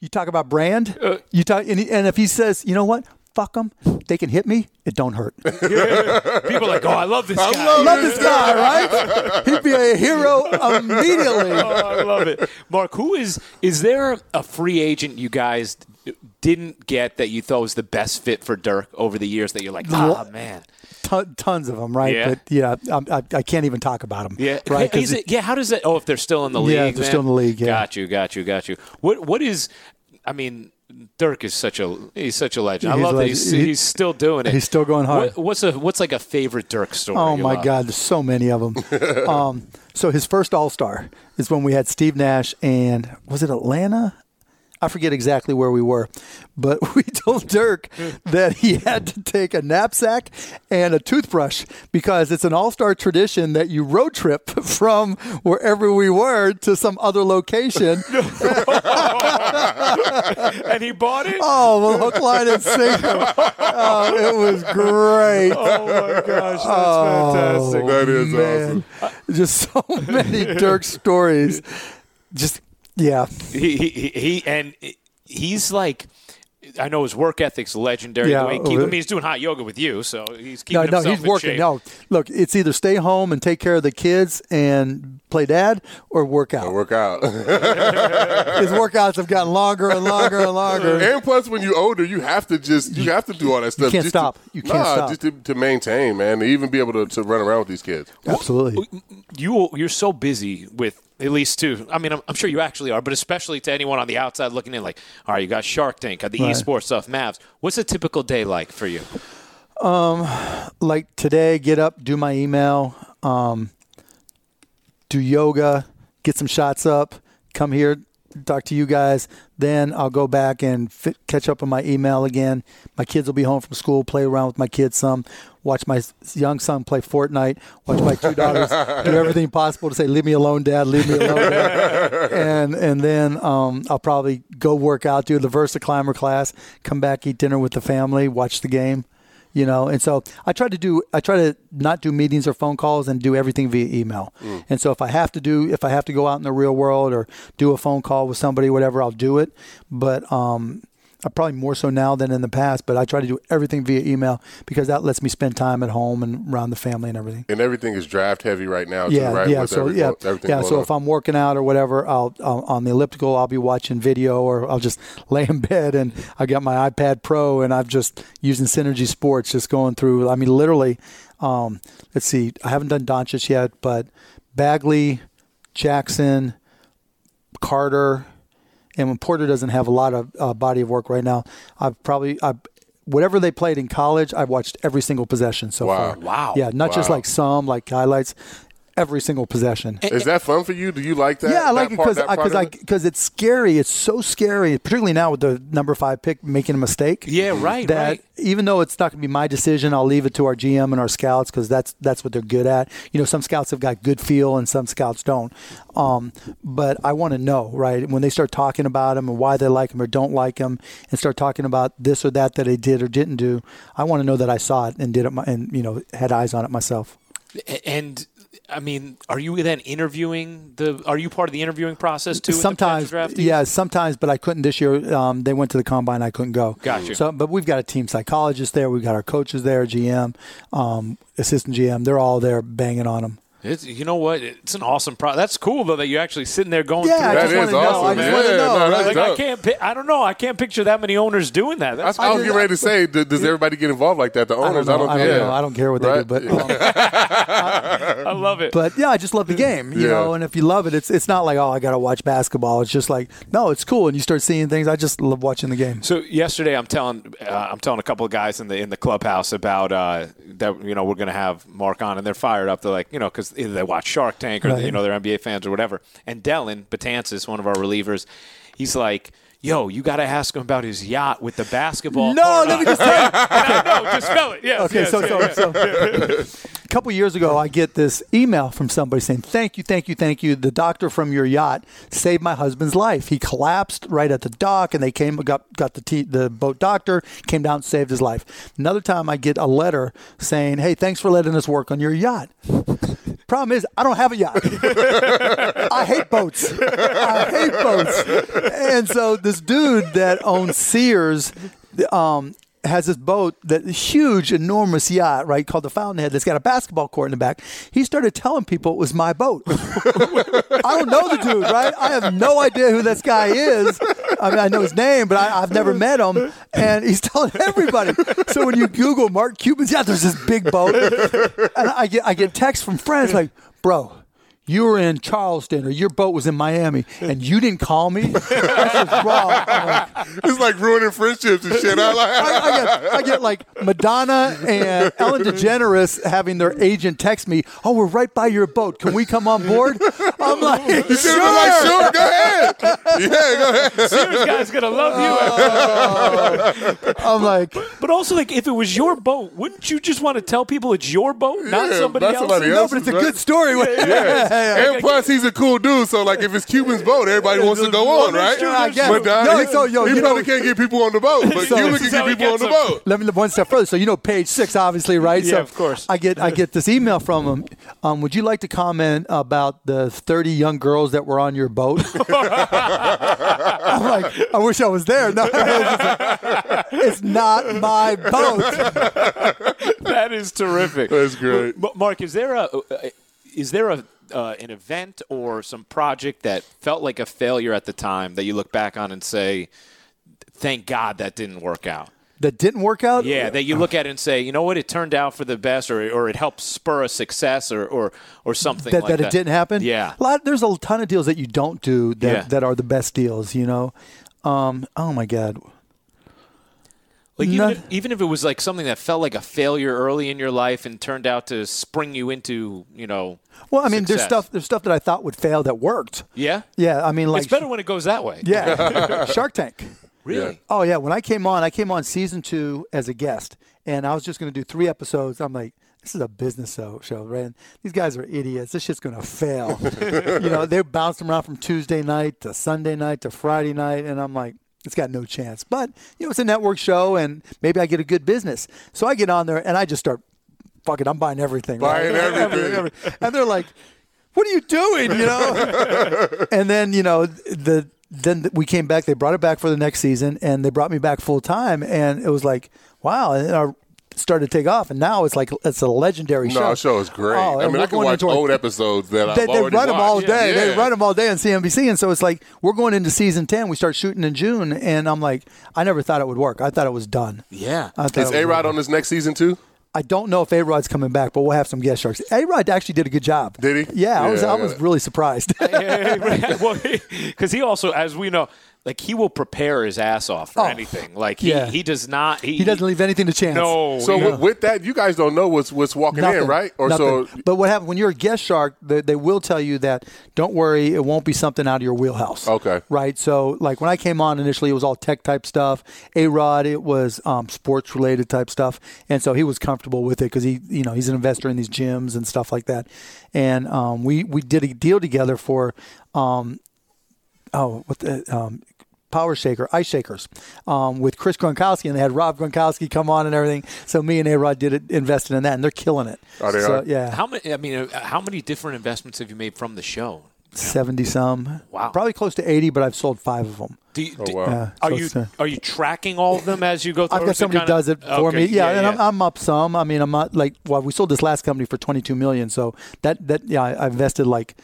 C: you talk about brand. you talk, and, he- and if he says, you know what, fuck them, they can hit me, it don't hurt.
A: People are like, oh, I love this guy.
B: love
C: Love this guy, right? He'd be a hero immediately.
A: oh, I love it, Mark. Who is is there a free agent you guys didn't get that you thought was the best fit for Dirk over the years that you're like, ah, man,
C: Ton, tons of them, right?
A: Yeah.
C: But yeah, I'm- I, I can't even talk about them.
A: yeah,
C: right. 'Cause
A: Is it, yeah, how does that? Oh, if they're still in the league,
C: Yeah, if they're
A: man.
C: still in the league, yeah.
A: Got you, got you, got you. What what is? I mean. Dirk is such a he's such a legend.
C: He's
A: I love
C: a
A: that
C: legend.
A: he's,
C: He-
A: he's still doing it.
C: he's still going hard.
A: What, what's a what's like a favorite Dirk story?
C: Oh
A: you
C: my
A: love?
C: God, there's so many of them. um, so his first All Star is when we had Steve Nash and was it Atlanta? I forget exactly where we were, but we told Dirk that he had to take a knapsack and a toothbrush because it's an all star tradition that you road trip from wherever we were to some other location.
A: and he bought it.
C: oh, well, hook, line, and sinker. Oh, it was great. Oh,
A: Oh my gosh, that's fantastic.
B: That is
C: man. Just so many Dirk stories. Just yeah.
A: he, he, he and he's like I know his work ethic's legendary.
C: Yeah,
A: the way he keep, I
C: uh,
A: mean, he's doing hot yoga with you, so he's keeping
C: No, no,
A: himself
C: he's
A: in
C: working.
A: shape.
C: No, look, it's either stay home and take care of the kids and play dad, or work out.
B: Work out.
C: His workouts have gotten longer and longer and longer.
B: and plus, when you're older, you have to just you have to do all that stuff.
C: can't
B: just
C: stop.
B: To,
C: You can't
B: nah,
C: stop.
B: just to, to maintain, man, to even be able to, to run around with these kids.
C: Absolutely.
A: Oh, You you're so busy with at least two. I mean, I'm, I'm sure you actually are, but especially to anyone on the outside looking in, like, all right, you got Shark Tank, got the
C: Right.
A: esports stuff, Mavs. What's a typical day like for you?
C: Like today, get up, do my email, um, do yoga, get some shots up, come here, talk to you guys. Then I'll go back and fit, catch up on my email again. My kids will be home from school, play around with my kids some, watch my s- young son play Fortnite, watch my two daughters do everything possible to say, "Leave me alone, Dad. Leave me alone." Dad." and and then um, I'll probably go work out, do the Versa Climber class, come back, eat dinner with the family, watch the game. You know, and so I try to do. I try to not do meetings or phone calls, and do everything via email. And so if I have to do, if I have to go out in the real world or do a phone call with somebody, whatever, I'll do it. But um, I probably more so now than in the past. But I try to do everything via email because that lets me spend time at home and around the family and everything.
B: And everything is draft heavy right now, too,
C: Yeah,
B: right?
C: yeah.
B: With
C: So
B: every-
C: yeah,
B: everything
C: yeah.
B: going
C: So
B: on.
C: if I'm working out or whatever, I'll, I'll on the elliptical, I'll be watching video or I'll just lay in bed and I got my iPad Pro and I'm just using Synergy Sports, just going through. I mean, literally. Um, let's see. I haven't done Doncic yet, but Bagley, Jackson, Carter, and when Porter doesn't have a lot of uh, body of work right now, I've probably I. Whatever they played in college, I've watched every single possession so
B: Wow.
C: far.
A: Wow.
C: Yeah, not just
B: Wow.
C: like some, like highlights, every single possession.
B: is that fun for you? Do you like that?
C: yeah, I like
B: that
C: it
B: part-
C: because
B: that part
C: because
B: of
C: I
B: it?
C: because it's scary. It's so scary, particularly now with the number five pick making a mistake.
A: Yeah, right,
C: Mm-hmm. That
A: right.
C: even though it's not going to be my decision, I'll leave it to our GM and our scouts because that's that's what they're good at. You know, some scouts have got good feel and some scouts don't. Um, but I want to know right when they start talking about him and why they like him or don't like him, and start talking about this or that that they did or didn't do. I want to know that I saw it and did it my, and you know had eyes on it myself.
A: A- And I mean, are you then interviewing the? Are you part of the interviewing process too? with the
C: sometimes,
A: potential draftees?
C: yeah, sometimes. But I couldn't this year. Um, they went to the combine. I couldn't go.
A: Gotcha.
C: So, but we've got a team psychologist there. We've got our coaches there, GM, um, assistant GM. They're all there banging on them.
A: It's, you know what? It's an awesome pro. That's cool though that you're actually sitting there going
C: Yeah,
A: through. that.
C: I
B: That
C: just
B: is
C: wanna know.
B: awesome,
C: I just
B: man.
C: wanna
B: Yeah,
C: know,
B: no,
C: right?
B: that's
A: Like, I
B: dope.
A: can't. Pi- I don't know. I can't picture that many owners doing that. That's,
B: That's- I, was
C: I
B: getting ready to say, do- does everybody get involved like that? The
C: I don't
B: owners,
C: know. I don't,
B: yeah.
C: um, know. I don't care what they
B: Right?
C: do, but um, I,
A: I love it.
C: But yeah, I just love the game, you
B: Yeah.
C: know. And if you love it, it's it's not like oh, I gotta watch basketball. It's just like no, it's cool, and you start seeing things. I just love watching the game.
A: So yesterday, I'm telling uh, I'm telling a couple of guys in the in the clubhouse about uh, that you know we're going to have Mark on, and they're fired up. They're like you know because either they watch Shark Tank or
C: Right.
A: you know they're NBA fans or whatever. And Dellin Batansis, one of our relievers, he's like. Yo, you got to ask him about his yacht with the basketball.
C: No,
A: corner."
C: let me just tell you.
A: And I know, just spell it. Yes,
C: Okay,
A: yes,
C: so,
A: yes.
C: so, so a couple years ago, I get this email from somebody saying, "Thank you, thank you, thank you. The doctor from your yacht saved my husband's life. He collapsed right at the dock, and they came got got the t- the boat doctor came down, and saved his life." Another time, I get a letter saying, "Hey, thanks for letting us work on your yacht." Problem is, I don't have a yacht. I hate boats. I hate boats. And so this dude that owns Sears um, has this boat, that huge, enormous yacht, right, called the Fountainhead, that's got a basketball court in the back. He started telling people it was my boat. I don't know the dude, right? I have no idea who this guy is. I mean, I know his name, but I, I've never met him. And he's telling everybody. So when you Google Mark Cuban's, yeah, there's this big boat. And I get I get texts from friends like, bro. You were in Charleston, or your boat was in Miami, and you didn't call me. This is wrong. I'm like,
B: It's like ruining friendships and shit. I like.
C: I, I, get, I get like Madonna and Ellen DeGeneres having their agent text me, "Oh, we're right by your boat. Can we come on board?" I'm like,
B: You should have
C: "Sure."
B: been like, sure, go ahead. Yeah, go ahead.
A: Serious guy's gonna love you.
C: Uh, I'm like,
A: but also, like, if it was your boat, wouldn't you just want to tell people it's your boat, not
B: Yeah,
A: somebody
B: not
A: else's?
B: somebody
C: "No, but it's a good story."
B: Yeah. And plus, he's a cool dude. So, like, if it's Cuban's boat, everybody wants to go on, right?
A: Yeah, I
C: guess.
B: But uh,
C: No,
B: he,
C: so, yo,
B: he
C: you
B: probably
C: know-
B: can't get people on the boat, but
C: So-
B: Cuban
A: This
B: can
A: is
B: get
A: how he
B: people on
A: gets
B: the
A: them.
B: boat.
C: Let me look one step further. So you know page six, obviously, right?
A: Yeah,
C: so
A: of course.
C: I get I get this email from him. Um, would you like to comment about the thirty young girls that were on your boat? I'm like, I wish I was there. No, it's, just- it's not my boat.
A: that is terrific.
B: That's great.
A: M- Mark, is there a uh, is there a uh, an event or some project that felt like a failure at the time that you look back on and say, "Thank God that didn't work out."
C: That didn't work out.
A: Yeah, that you look at it and say, "You know what? It turned out for the best," or or it helped spur a success, or or or something
C: that,
A: like
C: that
A: that.
C: it didn't happen.
A: Yeah.
C: a lot, there's a ton of deals that you don't do that,
A: Yeah.
C: that are the best deals. You know, um, oh my god,
A: Like even,
C: No.
A: if, even if it was like something that felt like a failure early in your life and turned out to spring you into, you know.
C: Well, I mean, there's
A: success.
C: stuff there's stuff that I thought would fail that worked.
A: Yeah?
C: Yeah, I mean, like
A: It's better when it goes that way.
C: yeah, Shark Tank.
A: Really?
C: Oh yeah, when I came on, I came on season two as a guest, and I was just going to do three episodes. I'm like, this is a business show, show, man. These guys are idiots. This shit's going to fail. you know, they bounced around from Tuesday night to Sunday night to Friday night, and I'm like. It's got no chance, but you know it's a network show, and maybe I get a good business. So I get on there and I just start, fuck it, I'm buying everything.
B: Buying
C: right?
B: everything.
C: and they're like, "What are you doing?" You know. and then you know the then we came back. They brought it back for the next season, and they brought me back full time. And it was like, wow. And I started to take off, and now it's like it's a legendary
B: No,
C: show.
B: our show is great.
C: Oh,
B: I
C: and
B: mean,
C: we're
B: I can
C: going
B: watch
C: into our-
B: old episodes that
C: They,
B: I've
C: they
B: already
C: run them all
B: watched.
C: day. They
B: Yeah.
C: run them all day on CNBC, and so it's like we're going into season ten. We start shooting in June, and I'm like, I never thought it would work. I thought it was done.
A: Yeah.
C: I thought it
B: Is
C: was
B: A Rod
C: over.
B: on this next season too?
C: I don't know if A Rod's coming back, but we'll have some guest sharks. A Rod actually did a good job.
B: Did he?
C: Yeah, I was.
B: Yeah,
C: I
B: yeah.
C: was really surprised.
A: well, because he also, as we know, like he will prepare his ass off for
C: Oh,
A: anything. Like he,
C: yeah.
A: he does not. He,
C: He doesn't leave anything to chance.
A: No.
B: So
A: he-
B: with, with that, you guys don't know what's what's walking
C: Nothing,
B: in, right? Or
C: nothing.
B: so
C: but what happened when you're a guest shark? They, they will tell you that. Don't worry, it won't be something out of your wheelhouse.
B: Okay.
C: Right. So, like when I came on initially, it was all tech type stuff. A Rod, it was um, sports related type stuff, and so he was comfortable with it because he, you know, he's an investor in these gyms and stuff like that. And um, we we did a deal together for um, oh, what the um, Power Shaker, Ice Shakers, um, with Chris Gronkowski, and they had Rob Gronkowski come on and everything. So me and A Rod did it, invested in that, and they're killing it.
B: Oh, they
C: so,
B: are?
C: Yeah,
A: How many? I mean, uh, how many different investments have you made from the show?
C: seventy some.
A: Wow.
C: probably close to eighty, but I've sold five of them.
A: Do you, do-
B: Oh, wow. Yeah,
A: are
C: so
A: you
C: it's, uh,
A: are you tracking all of them as you go through?
C: I've
A: or
C: got
A: is
C: somebody
A: kinda-
C: does it for
A: Okay,
C: me. Yeah, and I'm,
A: yeah.
C: I'm up some. I mean, I'm not like well, we sold this last company for 22 million, so that that yeah, I I invested like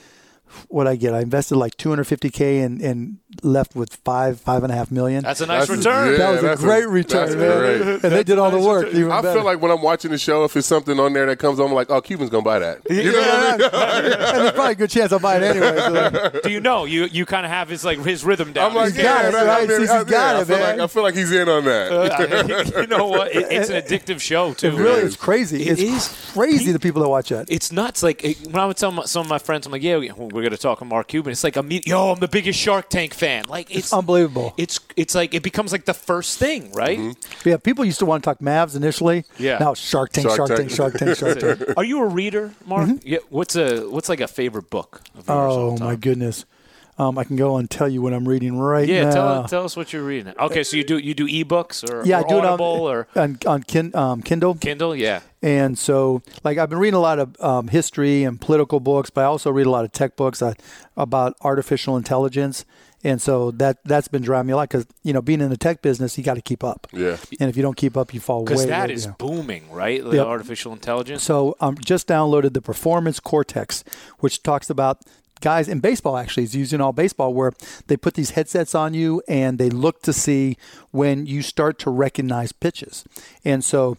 C: what I get. I invested like 250k and, and left with five five and a half million.
A: That's a nice
B: That's-
A: return.
B: yeah.
C: that was
B: that's
C: a great
B: a- that's
C: return, man.
B: great.
C: and they did all the work. Even
B: I
C: better.
B: feel like when I'm watching the show, if it's something on there that comes on, I'm like, oh, Cuban's gonna buy that. You know what I mean?
C: and there's probably a good chance I'll buy it anyway. So.
A: Do you know you you kind of have his like his rhythm down?
B: I'm like,
C: He's got
B: yeah,
C: it,
B: that-
C: right?
B: I mean,
C: He's
B: I-
C: got
B: yeah,
C: it,
B: I feel
C: man.
B: like I feel like he's in on that.
A: Uh, you know what? It- it's an addictive show too.
C: Really, it's crazy.
A: It
C: it's
A: is.
C: crazy the people that watch that.
A: it's nuts. Like it- when I would tell my, some of my friends, I'm like, yeah, we- we're gonna talk on Mark Cuban. It's like, I'm, yo, I'm the biggest Shark Tank fan. Like it's,
C: unbelievable.
A: It's it's like it becomes like the first thing, right?
C: Yeah, people used to want to talk Mavs initially.
A: Yeah.
C: Now Shark Tank, Shark,
B: Shark
C: Tank,
B: Tank.
C: Shark Tank, Shark Tank.
A: Are you a reader, Mark? Yeah. What's a what's like a favorite book? Of yours all
C: Mm-hmm. Oh
A: the
C: my
A: time?
C: goodness. Um, I can go and tell you what I'm reading right
A: Yeah,
C: now.
A: tell tell us what you're reading. Okay, so you do you do ebooks or
C: yeah,
A: or
C: I do it on,
A: Audible or
C: on, on kin, um, Kindle.
A: Kindle? Yeah.
C: And so, like, I've been reading a lot of um, history and political books, but I also read a lot of tech books uh, about artificial intelligence. And so that that's been driving me a lot because you know, being in the tech business, you got to keep up.
B: Yeah.
C: And if you don't keep up, you fall way.
A: Because that
C: way
A: is
C: down.
A: booming, right? The
C: Yep.
A: artificial intelligence.
C: So um, just downloaded the Performance Cortex, which talks about guys in baseball actually is using all baseball where they put these headsets on you and they look to see when you start to recognize pitches. And so,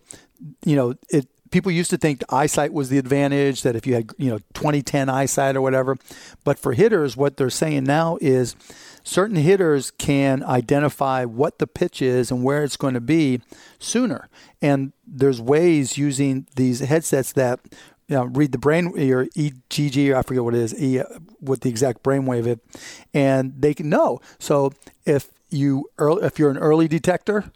C: you know, it people used to think eyesight was the advantage that if you had, you know, 2010 eyesight or whatever. But for hitters what they're saying now is certain hitters can identify what the pitch is and where it's going to be sooner. And there's ways using these headsets that you know, read the brain or EGG, or I forget what it is, e, what the exact brainwave is, and they can know. So if you early, if you're an early detector,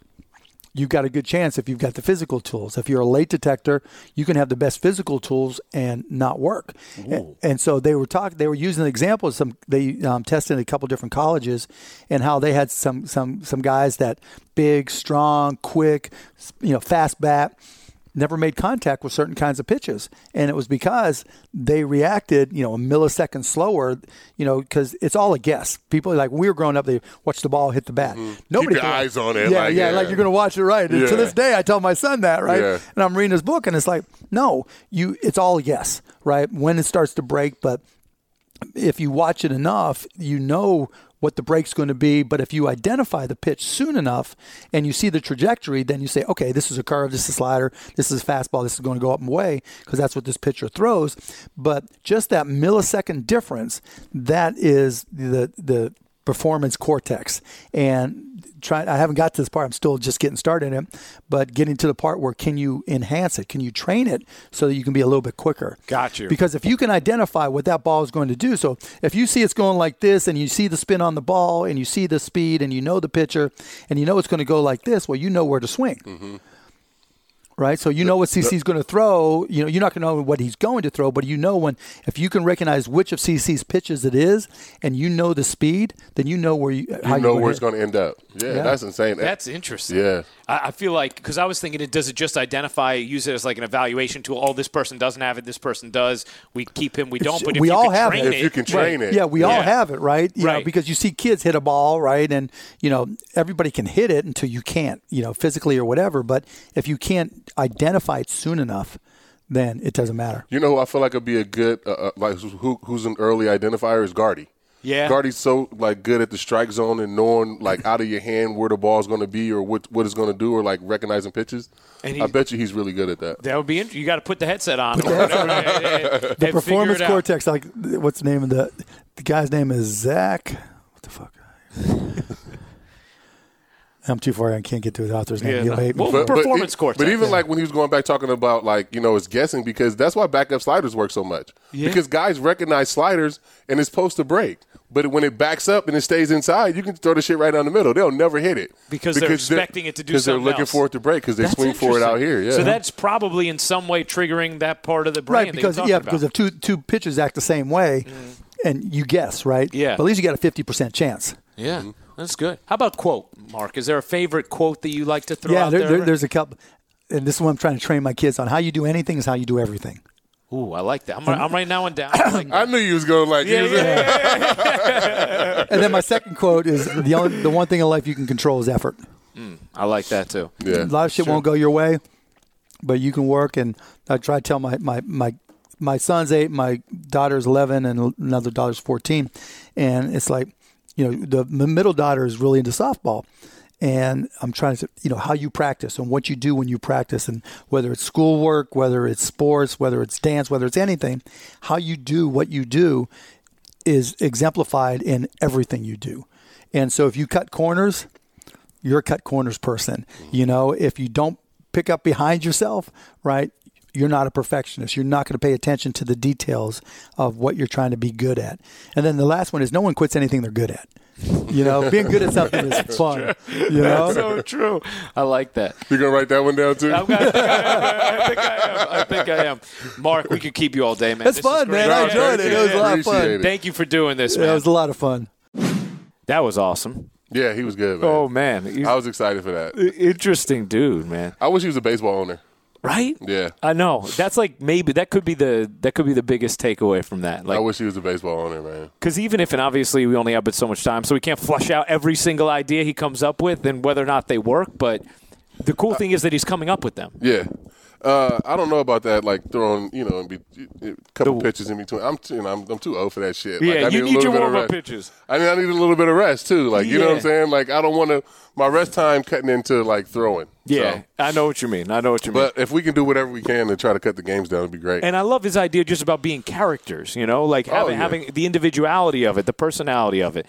C: you've got a good chance if you've got the physical tools. If you're a late detector, you can have the best physical tools and not work. And, and so they were talking. They were using an example. Of some they um, tested a couple different colleges and how they had some some some guys that big, strong, quick, s- you know, fast bat. Never made contact with certain kinds of pitches, and it was because they reacted, you know, a millisecond slower, you know, because it's all a guess. People like when we were growing up, they watched the ball hit the bat. Nobody
B: Mm-hmm. your
C: thought-
B: eyes on it,
C: Yeah,
B: like,
C: yeah,
B: yeah.
C: like you're gonna watch it right. And to
B: Yeah.
C: this day, I tell my son that, right?
B: Yeah.
C: And I'm reading his book, and it's like, no, you, it's all yes, right? When it starts to break, but if you watch it enough, you know what the break's going to be. But if you identify the pitch soon enough and you see the trajectory, then you say, okay, this is a curve, this is a slider, this is a fastball, this is going to go up and away because that's what this pitcher throws. But just that millisecond difference, that is the the performance cortex and try I haven't got to this part I'm still just getting started in it but getting to the part where can you enhance it can you train it so that you can be a little bit quicker
A: Got you.
C: because because if you can identify what that ball is going to do, so if you see it's going like this and you see the spin on the ball and you see the speed and you know the pitcher and you know it's going to go like this, well, you know where to swing.
B: Mm-hmm.
C: Right? So you know what CC's going to throw. You know, you're not going to know what he's going to throw, but you know when, if you can recognize which of CC's pitches it is and you know the speed, then you know where you, how
B: You know
C: you
B: where it's gonna end up. Yeah, that's insane.
A: That's interesting.
B: Yeah.
A: I, I feel like because I was thinking, it does it just identify, use it as like an evaluation tool? Oh, this person doesn't have it. This person does. We keep him. We don't. But if
C: we
A: you
C: all
A: can
C: have
A: train
C: it.
B: if you can train it.
C: Yeah, we all
A: Yeah.
C: have it, right? You know,
A: Right.
C: because you see kids hit a ball, right? And, you know, everybody can hit it until you can't, you know, physically or whatever. But if you can't identify it soon enough, then it doesn't matter.
B: You know who I feel like would be a good uh, uh, like who who's an early identifier is Guardy.
A: Yeah.
B: Guardy's so like good at the strike zone and knowing like out of your hand where the ball's going to be or what what it's going to do or like recognizing pitches.
A: And
B: I
A: he-
B: bet you he's really good at that.
A: That would be interesting. You got to put the headset on. or whatever, and- and- and figure
C: The
A: it
C: performance
A: out.
C: cortex, like, what's the name of the, the guy's name is Zach. What the fuck? I'm too far. I can't get to his author's name.
A: Yeah,
C: He'll
A: no.
C: hate me.
A: Well, But- performance
B: e-
A: cortex.
B: But even like when he was going back talking about like you know it's guessing because that's why backup sliders work so much because guys recognize sliders and it's supposed to break. But when it backs up and it stays inside, you can throw the shit right down the middle. They'll never hit it
A: Because they're expecting it to do
B: Because they're
A: something
B: looking
A: else.
B: for it to break because they
A: That's
B: swing for it out
A: interesting.
B: here. Yeah.
A: So that's probably in some way triggering that part of the brain. that
C: right
A: you're
C: because
A: talking
C: yeah
A: about. Mm.
C: because if two two pitchers act the same way and you guess right
A: Yeah.
C: but at least you got a 50% chance
A: yeah, that's good. How about quote, Mark? Is there a favorite quote that you like to throw
C: yeah
A: out
C: there,
A: there?
C: there- there's a couple and this is what i'm trying to train my kids on how you do anything is how you do everything
A: Ooh, I like that. I'm, I'm right now and down. Like,
B: I knew you was going like
A: yeah, yeah, yeah.
C: and then my second quote is the only the one thing in life you can control is effort
A: I like that too.
B: Yeah.
C: a lot of shit won't go your way but you can work and i try to tell my my my my son's eight, my daughter's eleven, and another daughter's fourteen, and it's like, you know, the the middle daughter is really into softball, and I'm trying to, you know, how you practice and what you do when you practice, and whether it's schoolwork, whether it's sports, whether it's dance, whether it's anything, how you do what you do is exemplified in everything you do. And so if you cut corners, you're a cut corners person.
A: Mm-hmm.
C: You know, if you don't pick up behind yourself, right, you're not a perfectionist. You're not going to pay attention to the details of what you're trying to be good at. And then the last one is no one quits anything they're good at. You know, being good at something is fun. You know,
A: That's so true. I like that.
B: You gonna write that one down too?
A: I'm gonna- I think I am. I think I am. Mark, we could keep you all day, man.
C: That's
A: This is
C: fun,
A: great.
C: man. I enjoyed it. It was a lot of
B: Appreciate
C: fun.
B: it.
A: Thank you for doing this,
C: Yeah, it
A: man.
C: was a lot of fun.
A: That was awesome.
B: Yeah, he was good, man.
A: Oh man,
B: I
A: you
B: was excited for that.
A: interesting dude, man.
B: I wish he was a baseball owner.
A: Right?
B: Yeah.
A: I know. That's like maybe that could be the that could be the biggest takeaway from that.
B: I
A: Like
B: wish he was a baseball owner, man.
A: because even if and obviously we only have but so much time, so we can't flush out every single idea he comes up with and whether or not they work. But the
B: Uh,
A: cool thing is that he's coming up with them.
B: Yeah. Uh, I don't know about that, like throwing, you know, and be, a couple pitches in between. I'm, too, you know, I'm, I'm too old for that shit.
A: Yeah,
B: like, I
A: you
B: a
A: need
B: little
A: your
B: bit of
A: warm-up
B: rest.
A: pitches.
B: I mean, I need a little bit of rest too. Like, you know what
A: Yeah.
B: I'm saying? Like, I don't want to my rest time cutting into like throwing.
A: Yeah,
B: So,
A: I know what you mean. I know what you mean.
B: but if we can do whatever we can to try to cut the games down, it'd be great.
A: and I love his idea just about being characters, you know, like having,
B: yeah.
A: having the individuality of it, the personality of it,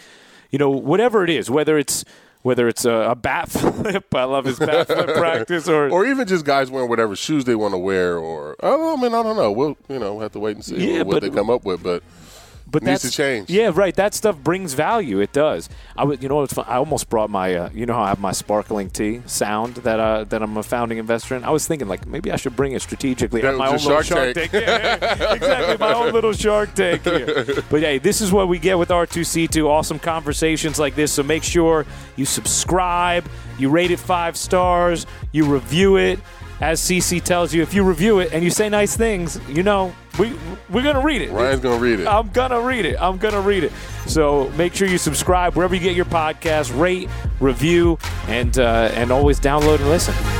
A: you know, whatever it is, whether it's whether it's a, a bat flip. I love his bat flip practice, or,
B: or even just guys wearing whatever shoes they want to wear, or oh, I mean, I don't know. We'll you know we'll have to wait and see
A: Yeah,
B: what
A: but-
B: they come up with. But
A: but
B: needs
A: that's-
B: to change.
A: Yeah, right. That stuff brings value. It does. I would, you know, it's fun. I almost brought my, uh, you know, how I have my sparkling tea sound that uh, that I'm a founding investor in. I was thinking like maybe I should bring it strategically.
B: That
A: have my own
B: was
A: little
B: your
A: Shark Tank.
B: Shark Tank.
A: Yeah, yeah, exactly, my own little Shark Tank here. But hey, this is what we get with R2C2. Awesome conversations like this. So make sure you subscribe, you rate it five stars, you review it. As CC tells you, if you review it and you say nice things, you know we we're gonna read it.
B: Ryan's gonna read it.
A: I'm gonna read it. I'm gonna read it. So make sure you subscribe wherever you get your podcast, rate, review, and uh, and always download and listen.